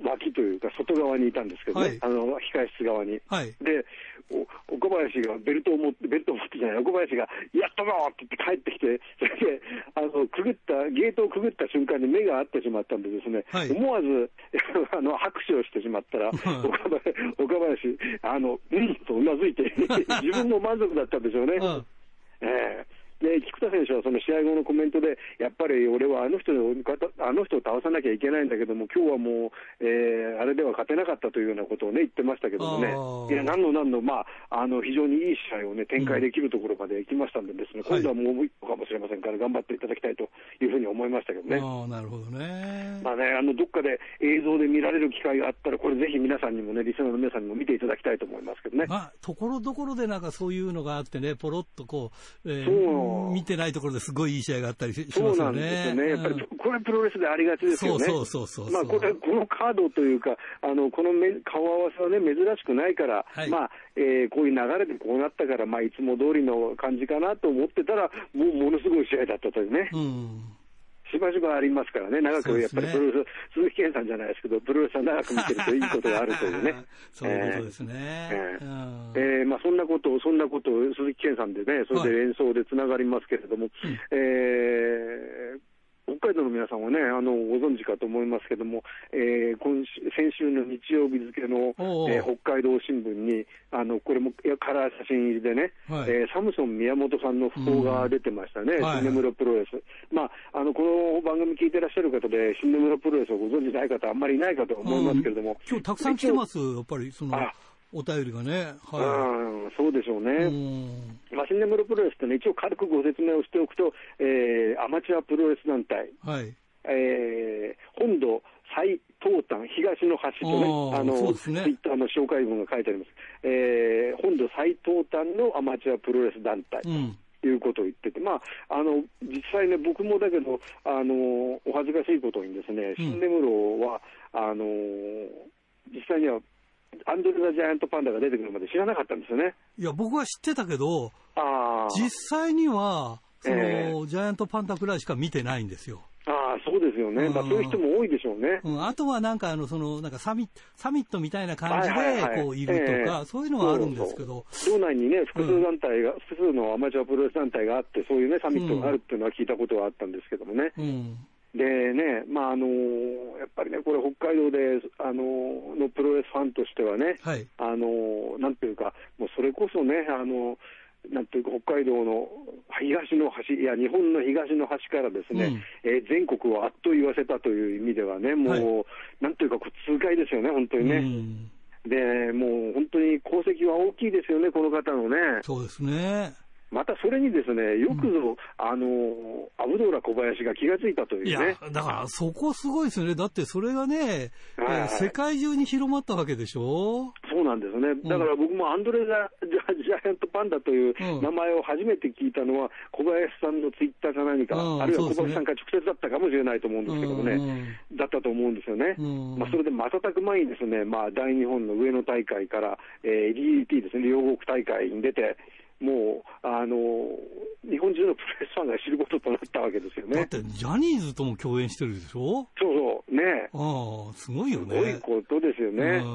E: 脇というか、外側にいたんですけどね、
A: はい
E: あの控室側に。
A: はい、
E: で、お岡林がベルトを持って、ベルトを持ってじゃない、岡林が、やったぞって言って帰ってきて、それで、あの、くぐった、ゲートをくぐった瞬間に目が合ってしまったんでですね、
A: はい
E: 思わず、 あの、拍手をしてしまった
A: は
E: ら、
A: い
E: 岡林、岡林、あの、うんとうなず いて、自分も満足だったんでしょうね。
A: うん
E: ええで菊田選手はその試合後のコメントで、やっぱり俺はあの人をあの人を倒さなきゃいけないんだけども、今日はもう、えーあれでは勝てなかったというようなことを、ね、言ってましたけどもね
A: あー、
E: いや、なんのなんの、まあ、あの非常にいい試合を、ね、展開できるところまで来ましたんで、ですね、
A: はい
E: 今度はもう一個かもしれませんから、頑張っていただきたいというふうに思いましたけど
A: あ
E: ね。
A: ーなるほどね、
E: まあね、あのどっかで映像で見られる機会があったら、これ、ぜひ皆さんにもね、リスナーの皆さんにも見ていただきたいと思いますけどね。
A: まあ、ところどころでなんかそういうのがあってね、ポロっとこう、えー
E: そう
A: 見てないところですごいいい試合があったりしし
E: そ
A: ま
E: う
A: す
E: な
A: よ
E: んです
A: ね。
E: よね、やっぱり、
A: うん
E: これ、プロレスでありがちですよね、
A: そうそうそうそう
E: まあ、これこのカードというか、あのこのめ顔合わせはね、珍しくないから、
A: はい
E: まあえーこういう流れでこうなったから、まあ、いつも通りの感じかなと思ってたら、もうものすごい試合だったというね、
A: うん
E: しばしばありますからね、長
A: そう
E: く
A: で
E: やっ
A: すね。
E: ぱりプロレス、鈴木健さんじゃないですけど、プロレスは長く見てるといいことがあるというね
A: そういうことですね
E: えーえー
A: うん
E: えーまあ、そんなことを、そんなことを鈴木健さんでね、それで連想でつながりますけれども、えー北海道の皆さんはね、あのご存知かと思いますけれども、えー今週先週の日曜日付の、
A: おうおう
E: えー北海道新聞に、あのこれもいやカラー写真入りでね、
A: はい
E: えーサムソン宮本さんの訃報が出てました
A: うん
E: ね、
A: はい
E: 新根室プロレス、まああの。この番組聞いてらっしゃる方で、新根室プロレスをご存知ない方、あんまりいないかと思いますけれども、
A: 今日たくさん来てます、やっぱりその
E: あ
A: お便りがね。は
E: うん、そうでしょうね。
A: い。うん
E: マシンネムロプロレスというのは一応軽くご説明をしておくと、えーアマチュアプロレス団体、
A: はい。
E: えー本土最東端東の端と
A: おー
E: ね、あの、
A: そうですね
E: ツイッターの紹介文が書いてあります。えー本土最東端のアマチュアプロレス団体。
A: うん。
E: いうことを言ってて、まあ、あの実際ね、僕もだけど、あのお恥ずかしいことにですね、
A: うん
E: 新根室は、あの実際にはアンドレ・ザ・ジャイアント・パンダが出てくるまで知らなかったんですよね。
A: いや、僕は知ってたけど、
E: あー
A: 実際には、その、
E: え
A: ジャイアントパンダくらいしか見てないんですよ。
E: ああ、そうですよね。まあ、
A: うん
E: そういう人も多いでしょうね。
A: うん、あとはなんかあの、その、なんかサミサミットみたいな感じで、
E: はいはいはい
A: こう、いるとか、
E: ええ
A: そういうのはあるんですけど、
E: 道内にね、複数団体が、複数のアマチュアプロレス団体があって、そういうね、サミットがあるっていうのは聞いたことはあったんですけどもね。
A: うん。
E: でね、まあ、あのやっぱりね、これ北海道で、あののプロレスファンとしてはね、
A: はい。
E: あのなんていうか、もうそれこそね、あのなんていうか、北海道の東の端、いや、日本の東の端からですね、えー全国をあっと言わせたという意味ではね、もう、
A: はい
E: なんていうか、こう痛快ですよね、本当
A: う
E: にね。
A: ん。
E: で、もう本当に功績は大きいですよね、この方のね。
A: そうですね。
E: またそれにですね、よくぞ、あの、アブドーラ小林が気がついたという
A: いや
E: ね。、
A: だからそこすごいですよね。だってそれがね、え
E: はいはい
A: ー世界中に広まったわけでしょ
E: そうなんですね、だから僕もアンドレ・ザジャジャイアント・パンダという
A: うん
E: 名前を初めて聞いたのは、小林さんのツイッターか何か、
A: うん
E: あるいは
A: そうです
E: 小
A: ね
E: 林さんから直接だったかもしれないと思うんですけどもね、だったと思うんですよね。
A: うん
E: まあ、それで瞬く間にですね、まあ、大日本の上野大会から、えー DDT ですね、両国大会に出て、もう、あの日本中のプロレスファンが知ることとなったわけですよ
A: だ
E: ね
A: っ。て、ジャニーズとも共演してるでしょ
E: そうそう、ね
A: ああ、すごいよ
E: すごい
A: ね。
E: ことですよね。
A: う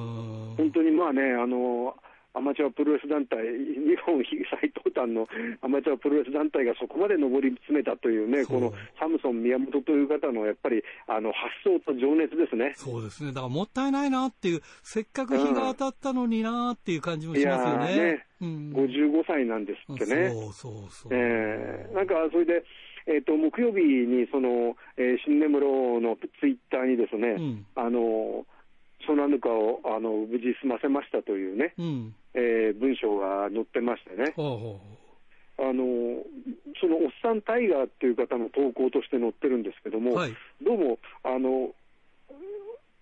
A: ん
E: 本当にまあね、あのアマチュアプロレス団体、 日本最東端のアマチュアプロレス団体がそこまで上り詰めたというね、
A: そう
E: このサムソン宮本という方のやっぱりあの発想と情熱ですね。
A: そうですね。だからもったいないなっていう、せっかく日が当たったのになっていう感じもしますよ
E: いやー
A: ね
E: ね。
A: うん
E: 55歳なんですってね。
A: そうそうそう。
E: えーなんかそれで、えー、と木曜日にその、えー新根室のツイッターにですね、
A: うん
E: あの湘南ぬかをあの無事済ませましたというね、
A: うん。
E: えー文章が載ってましてね、
A: ほうほ
E: あのそのおっさんタイガーっていう方の投稿として載ってるんですけど
A: うほう。
E: も、
A: はい。
E: どうもあの、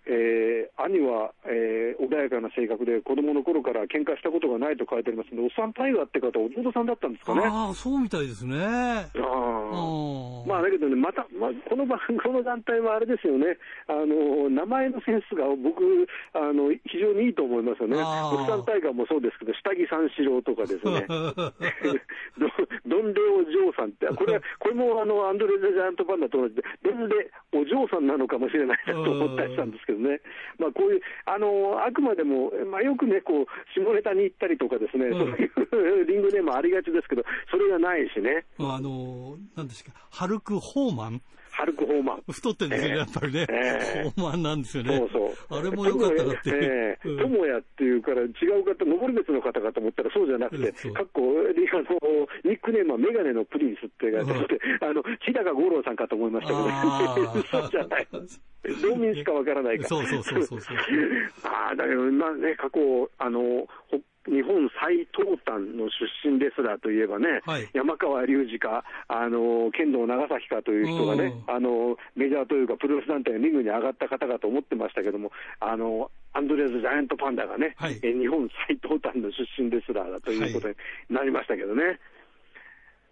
E: えー兄は、えー穏やかな性格で、子供の頃から喧嘩したことがないと書いてありますので、おっさんタイガーって方、弟さんだったんですかね。
A: ああ、そうみたいですね。あ
E: あー
A: あ。
E: まあだけどね、また、まあ、この番この団体はあれですよね、あの名前のセンスが僕あの、非常にいいと思いますよね、
A: あー
E: おっさん大会もそうですけど、下着三四郎とかです ね、 どどんれお嬢さんって、これこれもあのアンドレ・ザ・ジャイアント・パンダと同じで、どんれお嬢さんなのかもしれないなと思ったりしたんですけどね、まあ、こういう、あのあくまでも、まあ、よくね、こう下ネタに行ったりとかですね、
A: うん
E: そういう リングネームありがちですけど、それがないしね、
A: あの、なんですか、ハルク・ホーマン
E: ハルク・ホーマン。
A: 太ってるんですよね、やっぱりね。
E: ええ
A: ホーマンなんですよね。
E: そうそう。
A: あれも良かったなっていう
E: ええ。ともやっていうから、違う方、登別の方かと思ったらそうじゃなく
A: うん
E: て
A: そう、
E: かっこ、あの、ニックネームはメガネのプリンスって書いてあって、あの、日高五郎さんかと思いましたけど
A: あ
E: ね、
A: ー
E: そうじゃない。道民しかわからないから。
A: そうそうそうそうそう。
E: ああ、だけど、まあね、過去、あの、ほ日本最東端の出身レスラーといえばね、
A: はい
E: 山川隆二か、あの、剣道長崎かという人がね、
A: う
E: あの、メジャーというか、プロレス団体のリングに上がった方かと思ってましたけども、あの、アンドレアズ・ジャイアント・パンダがね、
A: はい
E: え日本最東端の出身レスラーだということになりましたけどね。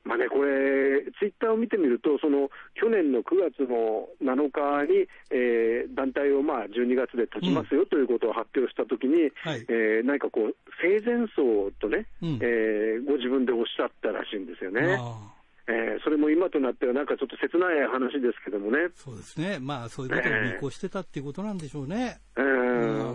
E: まあね、これ、ツイッターを見てみると、その去年の9月の7日に、えー団体をまあ12月で立ちますよということを発表したときに、
A: はい
E: えー何かこう、生前葬とね、
A: うん
E: えーご自分でおっしゃったらしいんですよね。
A: ああ
E: えーそれも今となっては、なんかちょっと切ない話ですけどもね。
A: そうですね。まあ、そういうことを見越してたっていうことなんでしょうね。
E: えー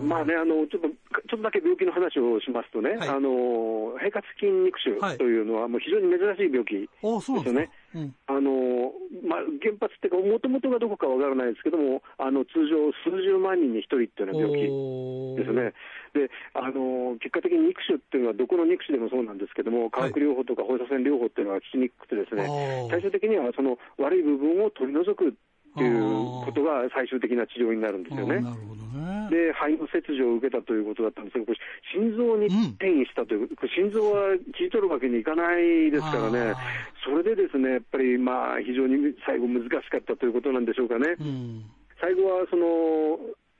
A: うん
E: まあね、あのちょっとちょっとだけ病気の話をしますとね、
A: はい
E: あの平滑筋肉
A: はい
E: 腫というのは、もう非常に珍しい病気
A: ああ、そうなんですか。うん
E: あのまあ、原発っていうか、もともとがどこかわからないですけども、あの通常、数十万人に一人っていうような病気
A: おー
E: ですね。であの結果的に肉腫っていうのは、どこの肉腫でもそうなんですけども、
A: は
E: 化
A: い
E: 学療法とか放射線療法っていうのは効きにくくてですね、
A: あー
E: 最終的にはその悪い部分を取り除くっていうことが最終的な治療になるんで
A: あ
E: す
A: あ
E: よね。
A: なるほどね。
E: で、肺の切除を受けたということだったんですけど、これ心臓に転移したという、これ心臓は切り取るわけにいかないですから
A: あー
E: ね、それでですね、やっぱりまあ、非常に最後難しかったということなんでしょうかね。
A: うん。
E: 最後はその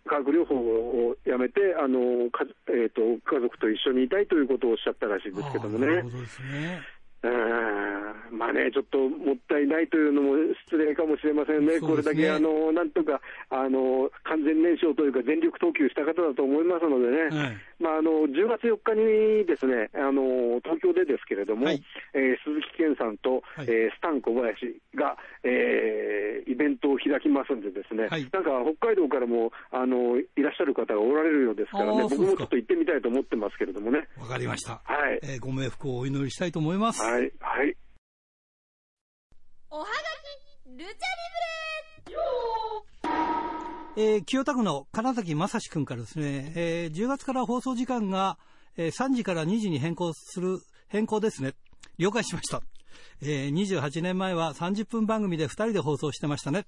E: 化学療法をやめて、あのかえー、と家族と一緒にいたいということをおっしゃったらしいですけどもね
A: ああなるほどですね。
E: うんまあね、ちょっともったいないというのも失礼かもしれませんね、
A: そう
E: こ
A: で
E: れ
A: すね
E: だけあのなんとかあの完全燃焼というか、全力投球した方だと思いますのでね、
A: はい
E: まあ、あの10月4日にですねあの東京でですけれども、
A: はい
E: えー鈴木健さんと、
A: はい
E: えースタン小林が、えーイベントを開きますんで、ですね、
A: はい
E: なんか北海道からもあのいらっしゃる方がおられるようですから
A: あ
E: ね、
A: ー
E: 僕
A: そうですか
E: もちょっと行ってみたいと思ってますけれどもね。
A: わかりました。
E: はい
A: えーご冥福をお祈りしたいと思います。
E: はい、はい
F: おはがきルチャリブレ
A: えー清田区の金崎正史君からですね、えー10月から放送時間が、えー3時から2時に変更する、変更ですね。了解しました。えー28年前は30分番組で2人で放送してましたね。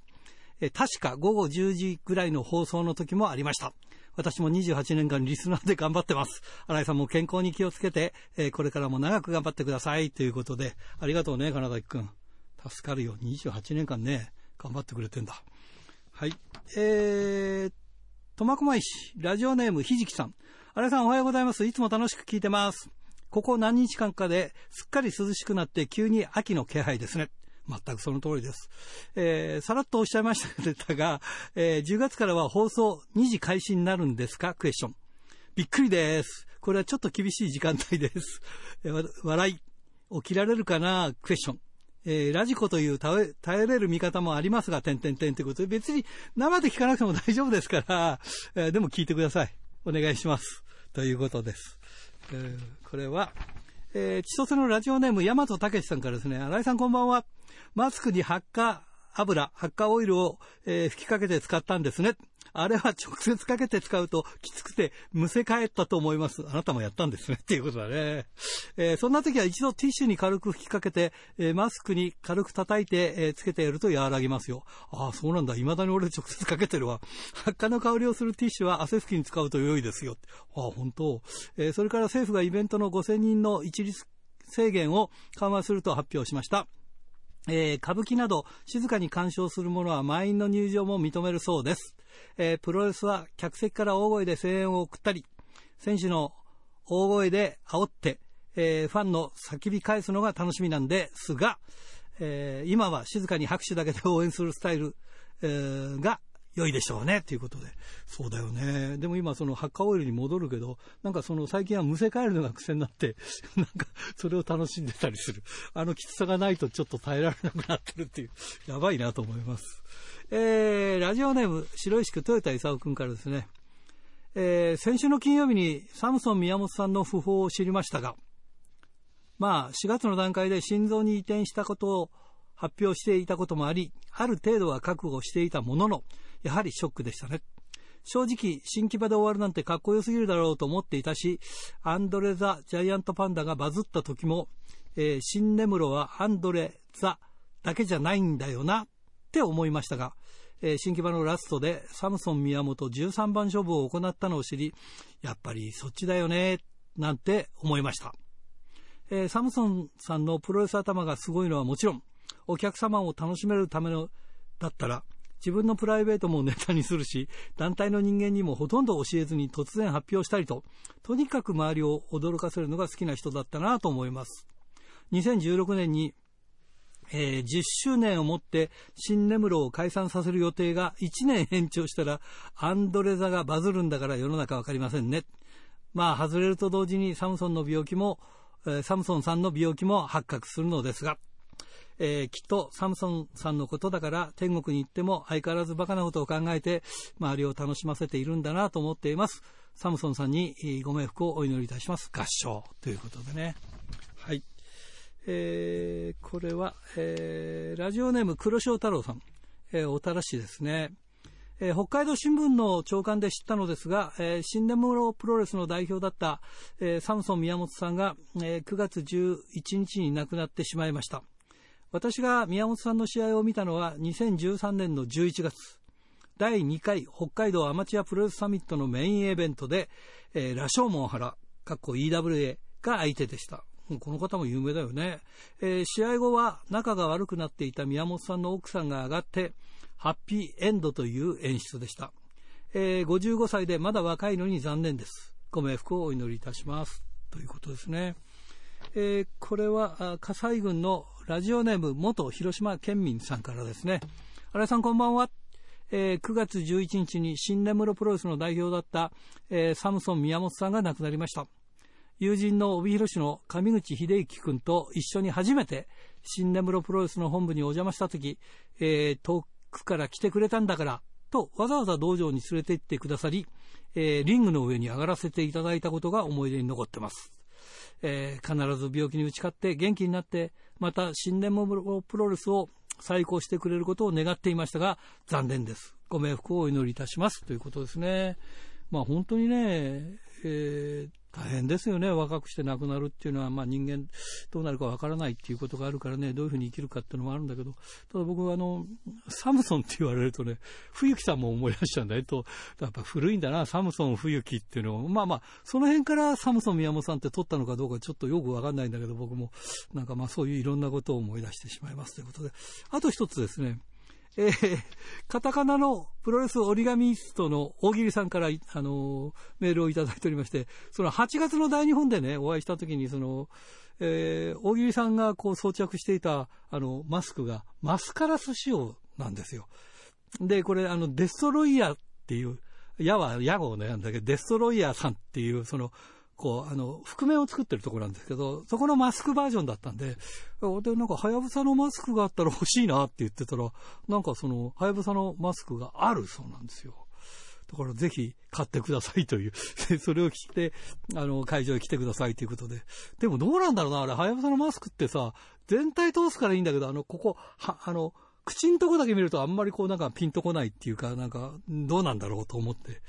A: えー確か午後10時ぐらいの放送の時もありました。私も28年間リスナーで頑張ってます。新井さんも健康に気をつけて、えーこれからも長く頑張ってください。ということで、ありがとうね、金崎くん。助かるよ。28年間ね、頑張ってくれてんだ。はい。えー、苫小牧市、ラジオネームひじきさん。荒井さんおはようございます。いつも楽しく聞いてます。ここ何日間かですっかり涼しくなって急に秋の気配ですね。全くその通りです。えー、さらっとおっしゃいましたが、 えー10月からは放送2時開始になるんですかクエスチョン。びっくりです。これはちょっと厳しい時間帯です。 えーわ笑い。起きられるかなクエスチョン。えーラジコという耐え耐えれる見方もありますが、点々点ということで、別に生で聞かなくても大丈夫ですから、 えーでも聞いてください。お願いします。ということです。えーこれは、えー、千歳のラジオネーム、大和武さんからですね、新井さんこんばんは。マスクに発火油、発火オイルを、えー吹きかけて使ったんですね。あれは直接かけて使うときつくてむせ返ったと思います。あなたもやったんですね。っていうことだね。えーそんな時は一度ティッシュに軽く吹きかけて、えーマスクに軽く叩いて、えーつけてやると和らぎますよ。ああ、そうなんだ。未だに俺直接かけてるわ。 発火の香りをするティッシュは汗拭きに使うと良いですよ。ああ、本当。えーそれから政府がイベントの5000人の一律制限を緩和すると発表しました。えー歌舞伎など静かに鑑賞する者は満員の入場も認めるそうです、えープロレスは客席から大声で声援を送ったり選手の大声で煽って、えーファンの叫び返すのが楽しみなんですが、えー今は静かに拍手だけで応援するスタイル、えーが良いでしょうねということでそうだよねでも今その発火オイルに戻るけどなんかその最近はむせ返るのが癖になって なんかそれを楽しんでたりするあのきつさがないとちょっと耐えられなくなってるっていうやばいなと思いますえー、ラジオネーム白石区豊田勲君からですねえー先週の金曜日にサムソン宮本さんの訃報を知りましたが、まあ、4月の段階で心臓に移転したことを発表していたこともあり、ある程度は覚悟していたものの、やはりショックでしたね。正直、新木場で終わるなんてかっこよすぎるだろうと思っていたし、アンドレ・ザ・ジャイアント・パンダがバズった時も、えー新根室はアンドレ・ザだけじゃないんだよな、って思いましたが、えー新木場のラストでサムソン宮本13番勝負を行ったのを知り、やっぱりそっちだよね、なんて思いました。えーサムソンさんのプロレス頭がすごいのはもちろん、お客様を楽しめるための、だったら、自分のプライベートもネタにするし、 団体の人間にもほとんど教えずに突然発表したりと、とにかく周りを驚かせるのが好きな人だったなと思います。2016年に、えー10周年をもって新根室を解散させる予定が1年延長したらアンドレザがバズるんだから世の中わかりませんね。まあ外れると同時にサムソンの病気も、えーサムソンさんの病気も発覚するのですが、えーきっとサムソンさんのことだから天国に行っても相変わらずバカなことを考えて周りを楽しませているんだなと思っています。サムソンさんにえーご冥福をお祈りいたします。合唱ということでね。はい。えーこれは、えーラジオネーム黒潮太郎さん、えー小樽市ですね、えー北海道新聞の長官で知ったのですが、えー新根室プロレスの代表だった、えーサムソン宮本さんが、えー9月11日に亡くなってしまいました私が宮本さんの試合を見たのは2013年の11月第2回北海道アマチュアプロレスサミットのメインイベントで、えー、羅生門原、かっこ EWA が相手でした。もうこの方も有名だよね、えー試合後は仲が悪くなっていた宮本さんの奥さんが上がって、ハッピーエンドという演出でした。えー55歳でまだ若いのに残念です。ご冥福をお祈りいたします。ということですね。えーこれは、あ葛西郡のラジオネーム元広島県民さんからですね。新井さんこんばんは。えー9月11日に新根室プロレスの代表だった、えーサムソン宮本さんが亡くなりました。友人の帯広市の上口秀之君と一緒に初めて新根室プロレスの本部にお邪魔した時、えー遠くから来てくれたんだからとわざわざ道場に連れて行ってくださり、えーリングの上に上がらせていただいたことが思い出に残ってます。えー必ず病気に打ち勝って元気になってまた新年もプロレスを再興してくれることを願っていましたが残念ですご冥福をお祈りいたしますということですねまあ本当にね、えー大変ですよね若くして亡くなるっていうのは、まあ、人間どうなるかわからないっていうことがあるからねどういうふうに生きるかっていうのもあるんだけどただ僕はあのサムソンって言われるとね冬木さんも思い出しちゃうんだよとやっぱ古いんだなサムソン冬木っていうのをまあまあその辺からサムソン宮本さんって取ったのかどうかちょっとよくわかんないんだけど僕もなんかまあそういういろんなことを思い出してしまいますということであと一つですね、ええーカタカナのプロレス折り紙ストの大喜利さんから、いあのーメールをいただいておりまして、その8月の大日本でね、お会いした時に、その、えー大喜利さんがこう装着していた、あの、マスクがマスカラス仕様なんですよ。で、これ、あの、デストロイヤーっていう、矢は矢号の矢なんだけど、デストロイヤーさんっていう、その、こう、あの、覆面を作ってるところなんですけど、そこのマスクバージョンだったんで、あで、なんか、はやぶさのマスクがあったら欲しいなって言ってたら、なんかその、はやぶさのマスクがあるそうなんですよ。だからぜひ買ってくださいという。でそれを着て、あの、会場へ来てくださいということで。でもどうなんだろうな、あれ、はやぶさのマスクってさ、全体通すからいいんだけど、あの、ここ、は、あの、口んとこだけ見るとあんまりこうなんかピンとこないっていうか、なんか、どうなんだろうと思って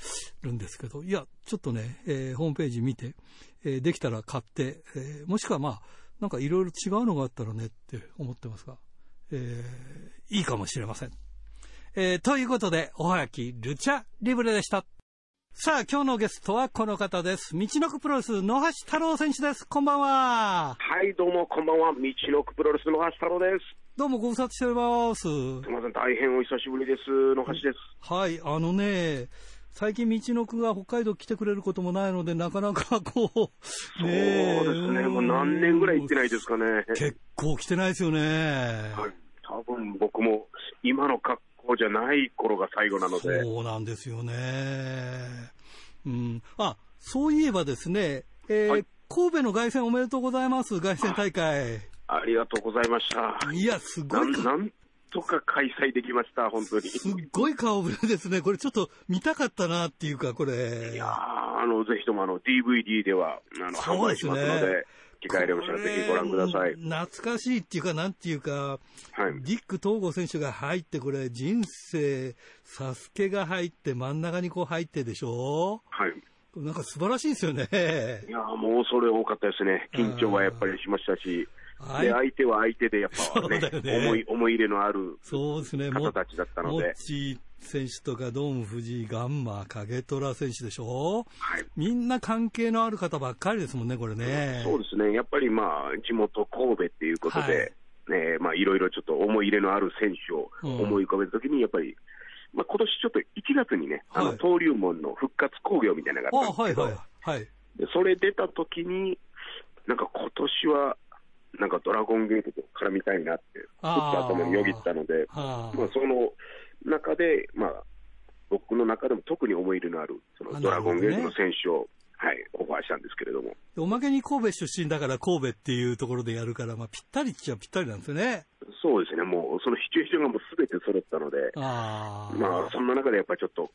A: るんですけど、いや、ちょっとね、えーホームページ見て、えーできたら買って、えーもしくはまあ、なんかいろいろ違うのがあったらねって思ってますが、えーいいかもしれません。えーということで、おはやき、ルチャリブレでした。さあ、今日のゲストはこの方です。道のくプロレス、野橋太郎選手です。こんばんは。
E: はい、どうも、こんばんは。道のくプロレスの橋太郎です。
A: どうもご無沙汰しております。
E: すみません、大変お久しぶりです。の橋です。
A: はい、あのね、最近、道のくが北海道来てくれることもないので、なかなかこう、ねえ
E: そうですね、もう何年ぐらい行ってないですかね。
A: 結構来てないですよね。
E: はい、多分僕も今の格好じゃない頃が最後なので、
A: そうなんですよね。うん。あ、そういえばですね、えー
E: はい
A: 神戸の凱旋おめでとうございます、凱旋大会。
E: ありがとうございました。
A: いや、すご
E: ないん
A: か、
E: なんとか開催できました、本当に。
A: すっごい顔ぶれですね。これちょっと見たかったなっていうか、これ。
E: いやーあの、ぜひともあの、DVD では、あの、販売しますの
A: そうですね
E: で、機会ありましたらぜひご覧ください
A: こ。れ懐かしいっていうか、なんていうか、
E: はい。
A: ディック東郷選手が入って、これ、人生、サスケが入って、真ん中にこう入ってでしょ
E: はい。
A: なんか素晴らしいですよね。
E: いやーもうそれ多かったですね、緊張はやっぱりしましたし、
A: はい
E: で相手は相手で、やっぱ、ね
A: そうだよね
E: 思い思い入れのある
A: そうですね、
E: 方たちだったの
A: モ
E: で
A: ッ、チー選手とか、ドーム藤井、ガンマ、影虎選手でしょ
E: はい
A: みんな関係のある方ばっかりですもんね、これね。
E: そうですね、やっぱりまあ地元、神戸っていうこと
A: はい
E: で、ねまあいろいろちょっと思い入れのある選手を
A: うん
E: 思い浮かべたときに、やっぱり、まあ今年ちょっと1月にね、あの
A: はい
E: 登竜門の復活興行みたいなの
A: あ
E: があったん
A: は
E: で
A: い
E: すけど、
A: はい。はい。
E: でそれ出たときに、なんか今年は、なんかドラゴンゲートと絡みたいなって、ずっと頭によぎったので。
A: はあ
E: まあ、その中で、まあ、僕の中でも特に思い入れのある、そ
A: あ
E: のドラゴン
A: な
E: ゲ
A: る
E: ー
A: ほど
E: ト
A: ね
E: の選手を、はい、オファーしたんですけれども、
A: おまけに神戸出身だから神戸っていうところでやるから、まあ、ぴったりっちゃぴったりなんですよね。
E: そうですね、もうそのシチュエーションがもうすべて揃ったので、
A: ああ。
E: まあ、そんな中でやっぱりちょっと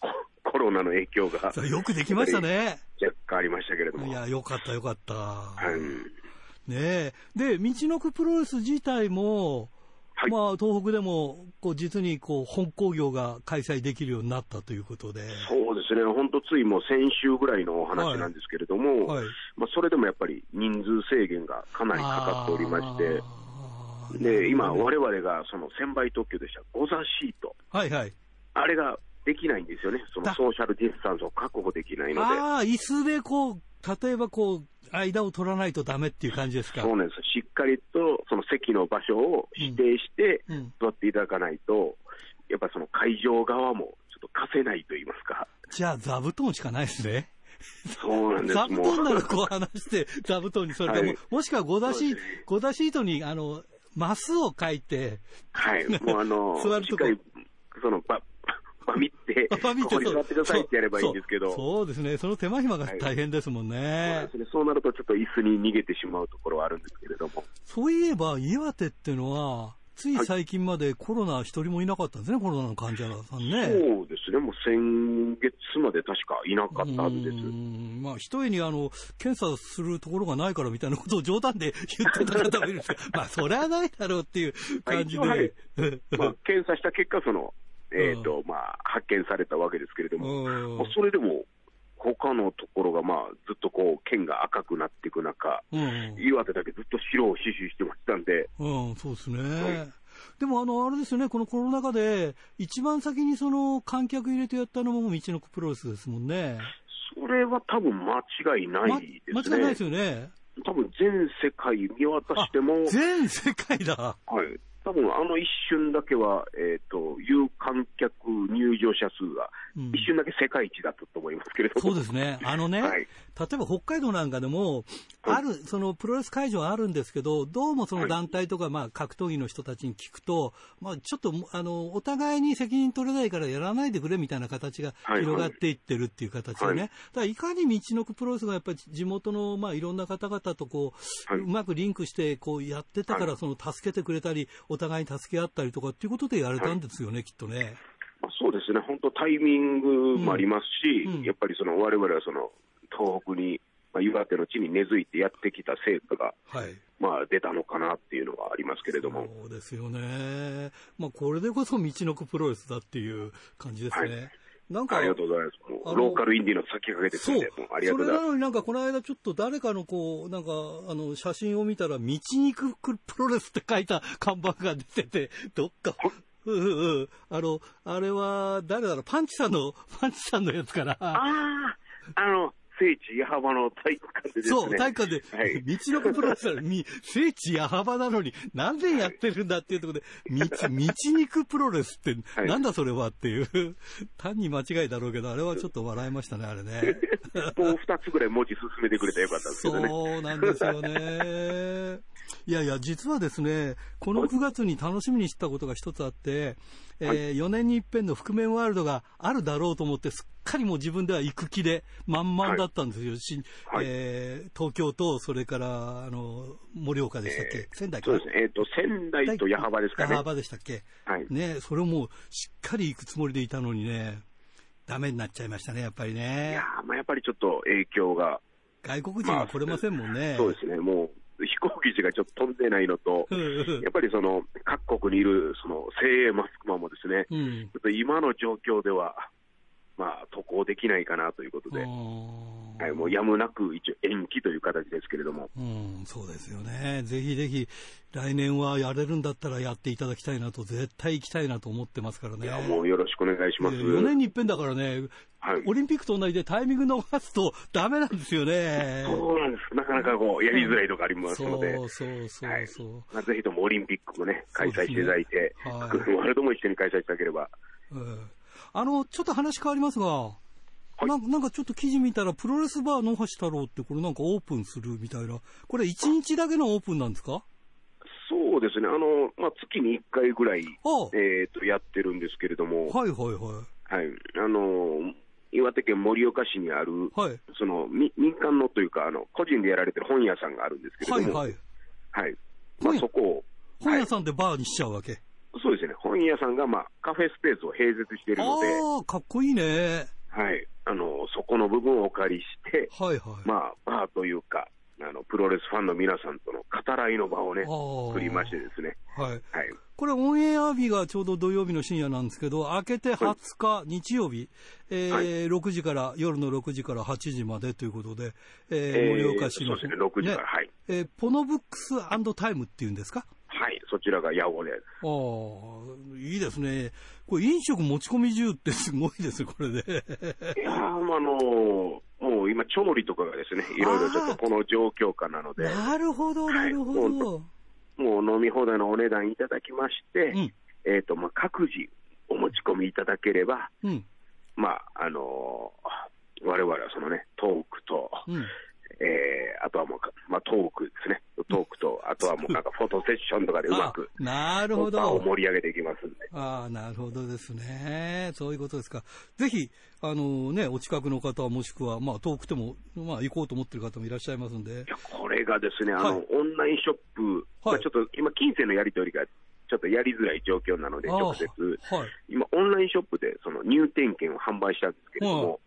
E: コ コロナの影響が
A: さあよくできましたね。
E: 若干ありましたけれども、
A: い
E: は
A: や、
E: い、
A: よかったよかった。ねえ。で、道のくプロレス自体も、
E: はい
A: まあ、東北でも、こう、実に、こう、本興行が開催できるようになったということで。
E: そうですね、本当、ついもう先週ぐらいのお話なんですけれども、
A: はい。
E: まあ、それでもやっぱり人数制限がかなりかかっておりまして。
A: あー
E: で今、我々がその1000倍特許でした、ゴザシート、
A: はいはい。
E: あれができないんですよね、その
A: だ
E: ソーシャルディスタンスを確保できないので、
A: ああ、椅子でこう、例えばこう、間を取らないとダメっていう感じですか。
E: そうなんですしっかりとその席の場所を指定して
A: うんうん、
E: 座っていただかないと、やっぱその会場側もちょっと貸せないと言いますか、
A: じゃあ、座布団しかないですね。
E: そう なんです
A: 座、布
E: も
A: 団なら
E: う、
A: こう離して、座布団にそれでも、
E: はい
A: もしくはゴダシー
E: そう
A: ト
E: ですね、
A: ゴダシートに、あの、マスを書いて、
E: はい、もうあの、
A: 座る
E: し
A: と
E: っ
A: こ
E: かりその場、場見て、こ
A: パミッ
E: こに座ってくださいってやればいいんですけど。
A: そうそうですね。その手間暇が大変ですもん
E: そう
A: ね。
E: なんですねそうなると、ちょっと椅子に逃げてしまうところはあるんですけれども、
A: そういえば、岩手っていうのは、つい最近までコロナ一人もいなかったんですね、コロナの患者さんね。
E: そうですね、もう先月まで確かいなかったはずで
A: う
E: す
A: ー。んまあ、ひとえにあの、検査するところがないからみたいなことを 冗談で言ってた方もいるんですけど、まあ、そりゃないだろうっていう感じで。
E: はい まあ、検査した結果、その、えっ、と、まあ、発見されたわけですけれども、
A: うん
E: まあそれでも、他のところが、まあ、ずっとこう、剣が赤くなっていく中、
A: うん
E: 岩手だけずっと白を死守してましたんで、
A: うん、そうですね。
E: い
A: でも、あの、あれですよね、このコロナ禍で、一番先にその、観客入れてやったのも、道のくプロレスですもんね。
E: それは多分間違いな
A: ま
E: いで
A: 間
E: す
A: 違いない
E: ね。
A: ですよね。
E: 多分全世界見渡しても、
A: 全世界だ。
E: はい。多分分あの一瞬だけは、えーと、有観客入場者数が、
A: うん
E: 一瞬だけ世界一だったと思いますけれども、
A: そうですね、あのね、
E: は
A: 例
E: い
A: えば北海道なんかでも、あるそのプロレス会場はあるんですけど、どうもその団体とか、まあ、格闘技の人たちに聞くと、まあ、ちょっとあのお互いに責任取れないからやらないでくれみたいな形が
E: はいはい
A: 広がっていってるっていう形でね、
E: はい
A: だからいかに道のくプロレスがやっぱり地元の、まあ、いろんな方々とこう,、
E: はいう
A: まくリンクしてこうやってたから、
E: は
A: その助けてくれたり、お互いに助け合ったりとかっていうことでやれたんですよね、きっとね。
E: まあ、そうですね、本当、タイミングもありますし、
A: うんうん
E: やっぱりその我々はその東北に、まあ、岩手の地に根付いてやってきた成果が、
A: はい
E: まあ、出たのかなっていうのはありますけれども、
A: そうですよね。まあ、これでこそ道のくプロレスだっていう感じですね。
E: は
A: なんか、
E: ありがとうございます、も
A: あの
E: うローカルインディーの先駆けてく
A: そう
E: れて、もうあ、りが
A: そ
E: とう
A: れ
E: ござ
A: な
E: います。
A: のになんかこの間ちょっと誰かのこう、なんかあの写真を見たら、道に行くプロレスって書いた看板が出てて、 どっか、うんうんうん、あの、あれは誰だろう、パンチさんの、パンチさんのやつか
E: あ
A: な。
E: あ、あの、聖地矢幅の体育館でですね。
A: そう、体育館で、
E: は い
A: 道のくプロレスは、み聖地矢幅なのに、何年やってるんだっていうところ で、道、道にくプロレスって、
E: はい
A: なんだそれはっていう、単に間違いだろうけど、あれはちょっと笑いましたね、あれね。
E: もう二つぐらい文字進めてくれたらよかったんですけどね。
A: そうなんですよね。いやいや、実はですね、この9月に楽しみにしたことが一つあって、え
E: はい
A: 4年に一遍の覆面ワールドがあるだろうと思って、すっかりもう自分では行く気で満々だったんですよ。し
E: はい
A: えー東京と、それから、あの、盛岡でしたっけ、仙台か
E: そう
A: な
E: ですね。えっ、と、仙台と矢幅ですかね。
A: 矢幅でしたっけ
E: はい。
A: ね、それをもうしっかり行くつもりでいたのにね、ダメになっちゃいましたね、やっぱり
E: いや
A: ね。
E: ーまあやっぱりちょっと影響が、
A: 外国人は来れませんもんね。
E: そうですね、もう飛行機がちょっと飛んでないの と、
A: うんうん
E: やっぱりその各国にいるその精鋭マスクマンもですね、
A: うん
E: ちょっと今の状況では、まあ、渡航できないかなということで、
A: あー
E: はい、もうやむなく一応延期という形ですけれども、
A: うん、そうですよね。ぜひぜひ、来年はやれるんだったらやっていただきたいなと、絶対行きたいなと思ってますからね。
E: いやもうよろしくお願いします。
A: 4年に一遍だからね、
E: はい
A: オリンピックと同じでタイミング逃すとダメなんですよね。
E: そうなんです。なかなかこう、やりづらいとかありますので、
A: そうそうそう
E: はい
A: そう。
E: まあ、ぜひともオリンピックもね、開催していただいて、
A: そうですねはい
E: クーワールドも一緒に開催いただければ、
A: うんあの、ちょっと話変わりますが、
E: い
A: なんかなんかちょっと記事見たら、プロレスバー野橋太郎ってこれなんかオープンするみたいな。これ1日だけのオープンなんですか
E: そうですね、あの、まあ、月に1回ぐらい、
A: お
E: えっ、と、やってるんですけれども、
A: はいはいは
E: はい、あの、岩手県盛岡市にある、
A: い。はい。
E: その、み民間のというか、あの、個人でやられてる本屋さんがあるんですけ
A: は
E: れ
A: い
E: ども、
A: は
E: はい。
A: い。
E: まあ
A: 本、屋
E: そこを、
A: 本屋さんでバーにしちゃうわけ。
E: そうですね、本屋さんが、まあ、カフェスペースを併設しているので、
A: ああ、かっこいいね。
E: はい、あの、そこの部分をお借りして、
A: はいはい。
E: まあ、バーというか、あの、プロレスファンの皆さんとの語らいの場をね、
A: あー
E: 作りましてですね、
A: はい。
E: はい。
A: これオンエア日がちょうど土曜日の深夜なんですけど、明けて20日、日曜日、えー
E: はい
A: 6時から、夜の6時から8時までということで、えー
E: えー
A: 盛岡市の、
E: そうですね6時からはい
A: えーポノブックスタイムっていうんですか
E: はい、そちらが八尾で、
A: ああ、いいですね。これ飲食持ち込み自由ってすごいですね、こ れで。
E: いやー、まああのもう今、調理とかがですね、いろいろちょっとこの状況下なので、
A: なるほど、なるほど。
E: もう飲み放題のお値段いただきまして、
A: うん
E: えっ、と、まあ、各自お持ち込みいただければ、
A: うん。
E: まあ、あのー我々はそのね、トークと、
A: うん。
E: えーあとはもうか、まあ、トークですね、トークと、あとはもうなんかフォトセッションとかでうまく、
A: あなるほど。
E: 場を盛り上げていきますんで。
A: ああ、なるほどですね。そういうことですか。ぜひ、あのね、お近くの方、もしくは、まあ、遠くても、まあ、行こうと思ってる方もいらっしゃいますんで
E: い。やこれがですね、あの、
A: はい
E: オンラインショップ、
A: はい
E: まあ、ちょっと今、金銭のやり取りがちょっとやりづらい状況なので、
A: あー
E: 直接、
A: はい
E: 今、オンラインショップでその入店券を販売したんですけれども、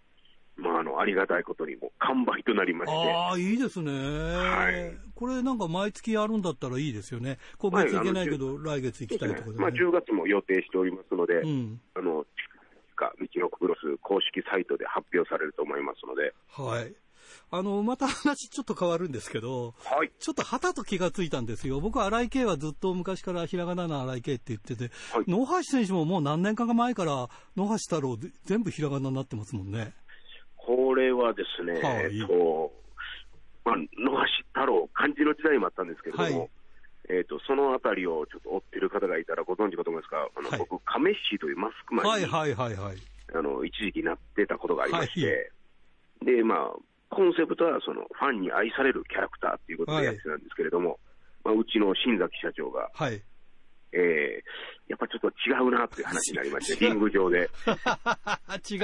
E: まあ、あのありがたいことにもう完売となりまして、
A: ああ、いいですね。
E: はい
A: これなんか毎月やるんだったらいいですよね。今月行けないけど、来月行きたいところで、ね。
E: まあ、10月も予定しておりますので、
A: うん。
E: あのか道のくプロス公式サイトで発表されると思いますので、
A: はい。あの、また話ちょっと変わるんですけど、
E: はい、
A: ちょっと旗と気がついたんですよ。僕は荒井圭はずっと昔からひらがなの荒井圭って言ってて、
E: はい
A: 野橋選手ももう何年か前から野橋太郎で全部ひらがなになってますもんね。
E: これはですね、
A: はい
E: えっとまあ、野橋太郎、漢字の時代もあったんですけれども、
A: はい
E: えー、とそのあたりをちょっと追ってる方がいたらご存知かと思いますが、あの
A: はい
E: 僕、亀市というマスクマンに、
A: はいはいはいはい。
E: あの一時期なってたことがありまして、でまあ、コンセプトはそのファンに愛されるキャラクターということでやってたんですけれども、まあ、うちの新崎社長が、
A: はい。
E: えーやっぱちょっと違うなっていう話になりまして、
A: 違う
E: リング上で。
A: 違う。
E: は
A: はいい。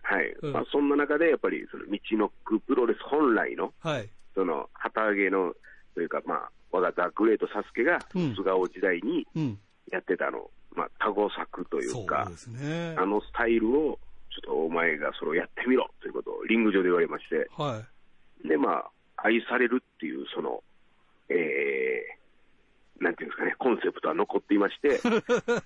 E: はい
A: うん
E: まあ、そんな中で、やっぱりその道のくプロレス本来の
A: はい。
E: その旗揚げのというか、まあ、我がザ・グレート・サスケが
A: うん
E: 菅生時代に
A: うん。
E: やってたあの、まあ、多語作とい
A: そうう
E: か
A: で、すね。
E: あのスタイルを、ちょっとお前がそれをやってみろということをリング上で言われまして、
A: は
E: で、まあ、愛されるっていう、その、えー、なんていうんですかね、コンセプトは残っていま して、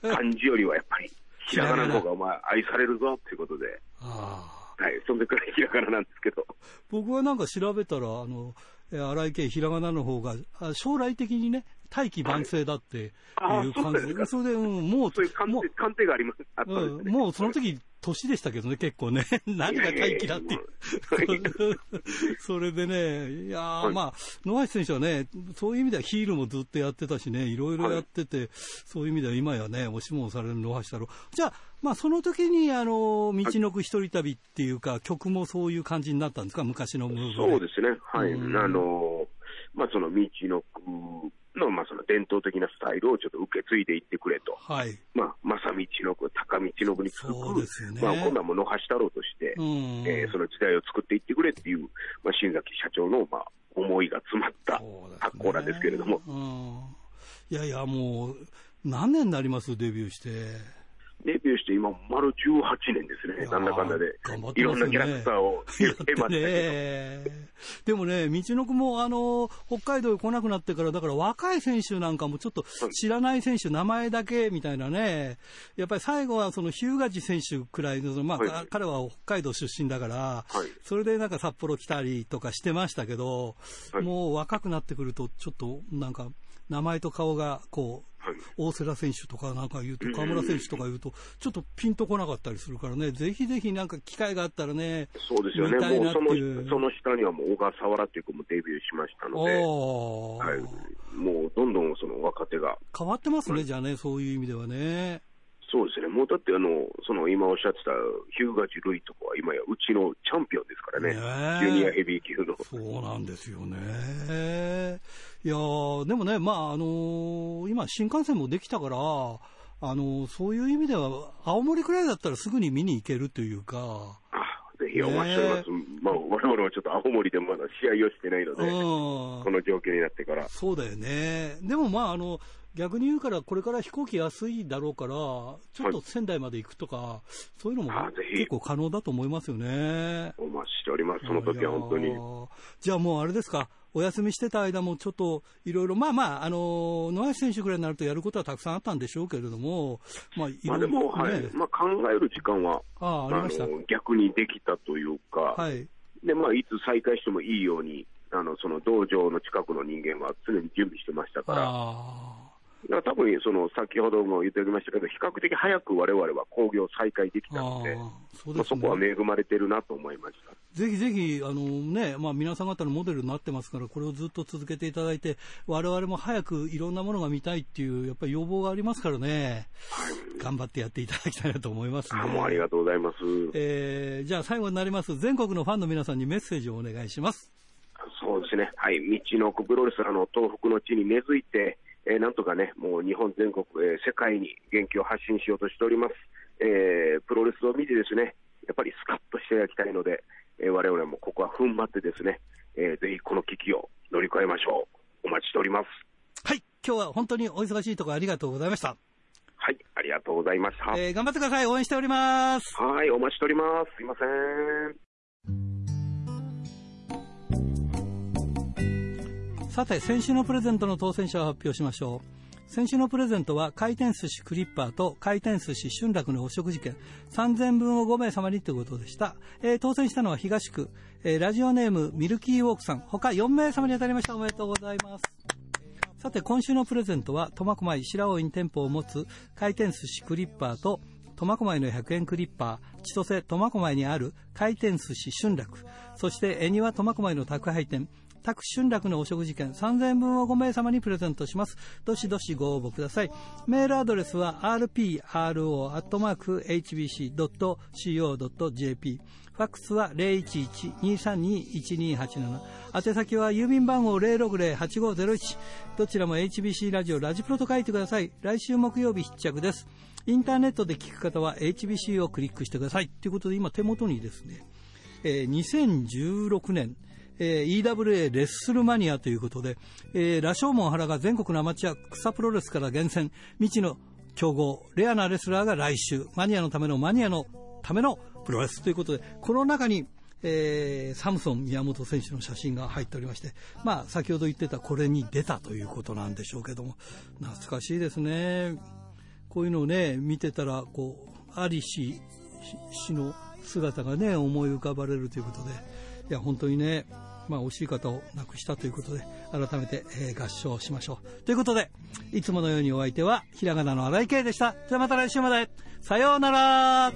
E: 漢字よりはやっぱり、ひらがなの方がお前愛されるぞということで、
A: い。ああ。
E: はい、そんでくらいひらがななんですけど、
A: 僕はなんか調べたら、あの、えー荒井家ひらがなの方が、あ将来的にね、大器晩成だっていう
E: ああそう
A: 感
E: な
A: じ
E: んです
A: で、
E: か
A: それで、うん、も
E: そういう
A: う、
E: 鑑
A: も
E: 定鑑定があります、あったん
A: うん、
E: ですね。
A: もうその時、年でしたけどね、結構ね。 何が大器だっていう。 それでね、いやー、
E: はい
A: まあ、野橋選手はね、そういう意味ではヒールもずっとやってたしね、いろいろやってて、そういう意味では今やね、押しも押される野橋太郎。じゃあ、まあ、その時に、あの、道のく一人旅っていうか、曲もそういう感じになったんですか、昔のムーブ
E: そう
A: で。
E: ですね、はい、
A: うん
E: あのまあ、その道のくの,、まあその伝統的なスタイルをちょっと受け継いでいってくれと、
A: はい。
E: まあ、まさ道のく、高道のくに続
A: そうで
E: く、
A: すよね。
E: まあ、今度はもう野橋太郎として、
A: うん。
E: えーその時代を作っていってくれっていう、まあ、新崎社長の、まあ、思いが詰まった
A: そうですね
E: 発行なんですけれども、
A: うん。いやいや、もう、何年になりますデビューして。
E: デビューして今、丸18年です
A: い
E: ね、
A: やー
E: なんだかんだで
A: 頑張っ、
E: い
A: てま
E: ろ
A: す
E: ん
A: ね
E: なキャラクターを
A: やって
E: 得ましたけど、
A: ね。でもね、道のくも、あの、北海道へ来なくなってから、だから若い選手なんかもちょっと知らない選手、名前だけみたいなね。やっぱり最後はその日向地選手くらいの、まあ、
E: はい
A: か彼は北海道出身だから、
E: はい
A: それでなんか札幌来たりとかしてましたけど、
E: はい
A: もう若くなってくると、ちょっとなんか、名前と顔がこう、
E: はい
A: 大瀬良選手とかなんか言うと、河村選手とか言うと、ちょっとピンとこなかったりするからね、ぜひぜひなんか機会があったらね、
E: そうですよね、
A: 見たい
E: も
A: な
E: う
A: って
E: その
A: いう
E: その下にはもう小笠原っていう子もデビューしましたので。
A: おー
E: はい、もうどんどんその若手が、
A: 変わってますね、じゃあね、そういう意味ではね。
E: そうですね、もうだってあの、その今おっしゃってたヒューガジ・ルイとかは今やうちのチャンピオンですからね、
A: ねえ
E: ジュニアヘビー級の。
A: そうなんですよね。いやーでもね、まあ、あのー今新幹線もできたから、あのーそういう意味では、青森くらいだったらすぐに見に行けるというか、
E: あぜひお待ちしております、まあ我々はちょっと青森でまだ試合をしてないの
A: う
E: で、
A: ん
E: こ。の状況になってから、
A: そうだよね。でもまあ、あの、逆に言うから、これから飛行機安いだろうから、ちょっと仙台まで行くとか、そういうのも
E: あぜひ
A: 結構可能だと思いますよね。
E: お待ちしております、その時は本当
A: い
E: に
A: や。ーじゃあもうあれですか、お休みしてた間もちょっといろいろ、まあまあ、あのー野橋選手ぐらいになるとやることはたくさんあったんでしょうけれども、まあ、い
E: ま
A: ろい
E: あで
A: ろ、ね
E: も、はい、まあ考える時間は、
A: ああ、ありました。
E: の逆にできたというか、
A: はい。
E: で、まあ、いつ再開してもいいように、あの、その道場の近くの人間は常に準備してましたから、
A: あ
E: だから多分、その、先ほども言っておきましたけど、比較的早く我々は興行再開でき
A: あ、
E: た
A: あ
E: ので、
A: あ、そう
E: ま
A: で
E: あ、
A: す
E: そ
A: ね。
E: こは恵まれてるなと思いました。
A: ぜひぜひ、あのね、まあ皆さん方のモデルになってますから、これをずっと続けていただいて、我々も早くいろんなものが見たいっていう、やっぱり要望がありますからね、頑張ってやっていただきたいなと思いますね。
E: あもうありがとうございます。
A: えーじゃあ最後になります、全国のファンの皆さんにメッセージをお願いします。
E: そうですね。はい。道の奥プロレスラーの東北の地に根付いて、えーなんとかね、もう日本全国、えー世界に元気を発信しようとしております。えープロレスを見てですね、やっぱりスカッとしていただきたいので、えー我々もここは踏ん張ってですね、えーぜひこの危機を乗り越えましょう。お待ちしております。
A: はい、今日は本当にお忙しいところありがとうございました。
E: はい。ありがとうございました。
A: えー頑張ってください、応援しております。
E: はい。お待ちしております。すいません。
A: さて先週のプレゼントの当選者を発表しましょう先週のプレゼントは回転寿司クリッパーと回転寿司春楽のお食事券3000分を5名様にということでした、えー当選したのは東区、えーラジオネームミルキーウォークさん他4名様に当たりましたおめでとうございますさて今週のプレゼントは苫小牧白老に店舗を持つ回転寿司クリッパーと苫小牧の100円クリッパー千歳苫小牧にある回転寿司春楽そして恵庭苫小牧の宅配店タク春楽のお食事券3000円分を5名様にプレゼントします。どしどしご応募ください。メールアドレスは rpro.hbc.co.jp ファックスは011-232-1287。宛先は郵便番号060-8501。どちらも HBC ラジオラジプロと書いてください。来週木曜日必着です。インターネットで聞く方は HBC をクリックしてください。ということで今手元にですね、えー2016年、えー EWA レッスルマニアということで、えー、羅生門原が全国のアマチュア草プロレスから厳選、未知の強豪、レアなレスラーが来週、マニアのためのマニアのためのプロレスということで、この中に、えーサムソン宮本選手の写真が入っておりまして、まあ、先ほど言ってたこれに出たということなんでしょうけども、懐かしいですね。こういうのをね、見てたら、こう、ありし、氏の姿がね、思い浮かばれるということで、いや、本当にね、まあ、惜しい方を亡くしたということで、改めて、えー合唱しましょう。ということで、いつものようにお相手は、ひらがなの荒井圭でした。じゃあまた来週まで。さようなら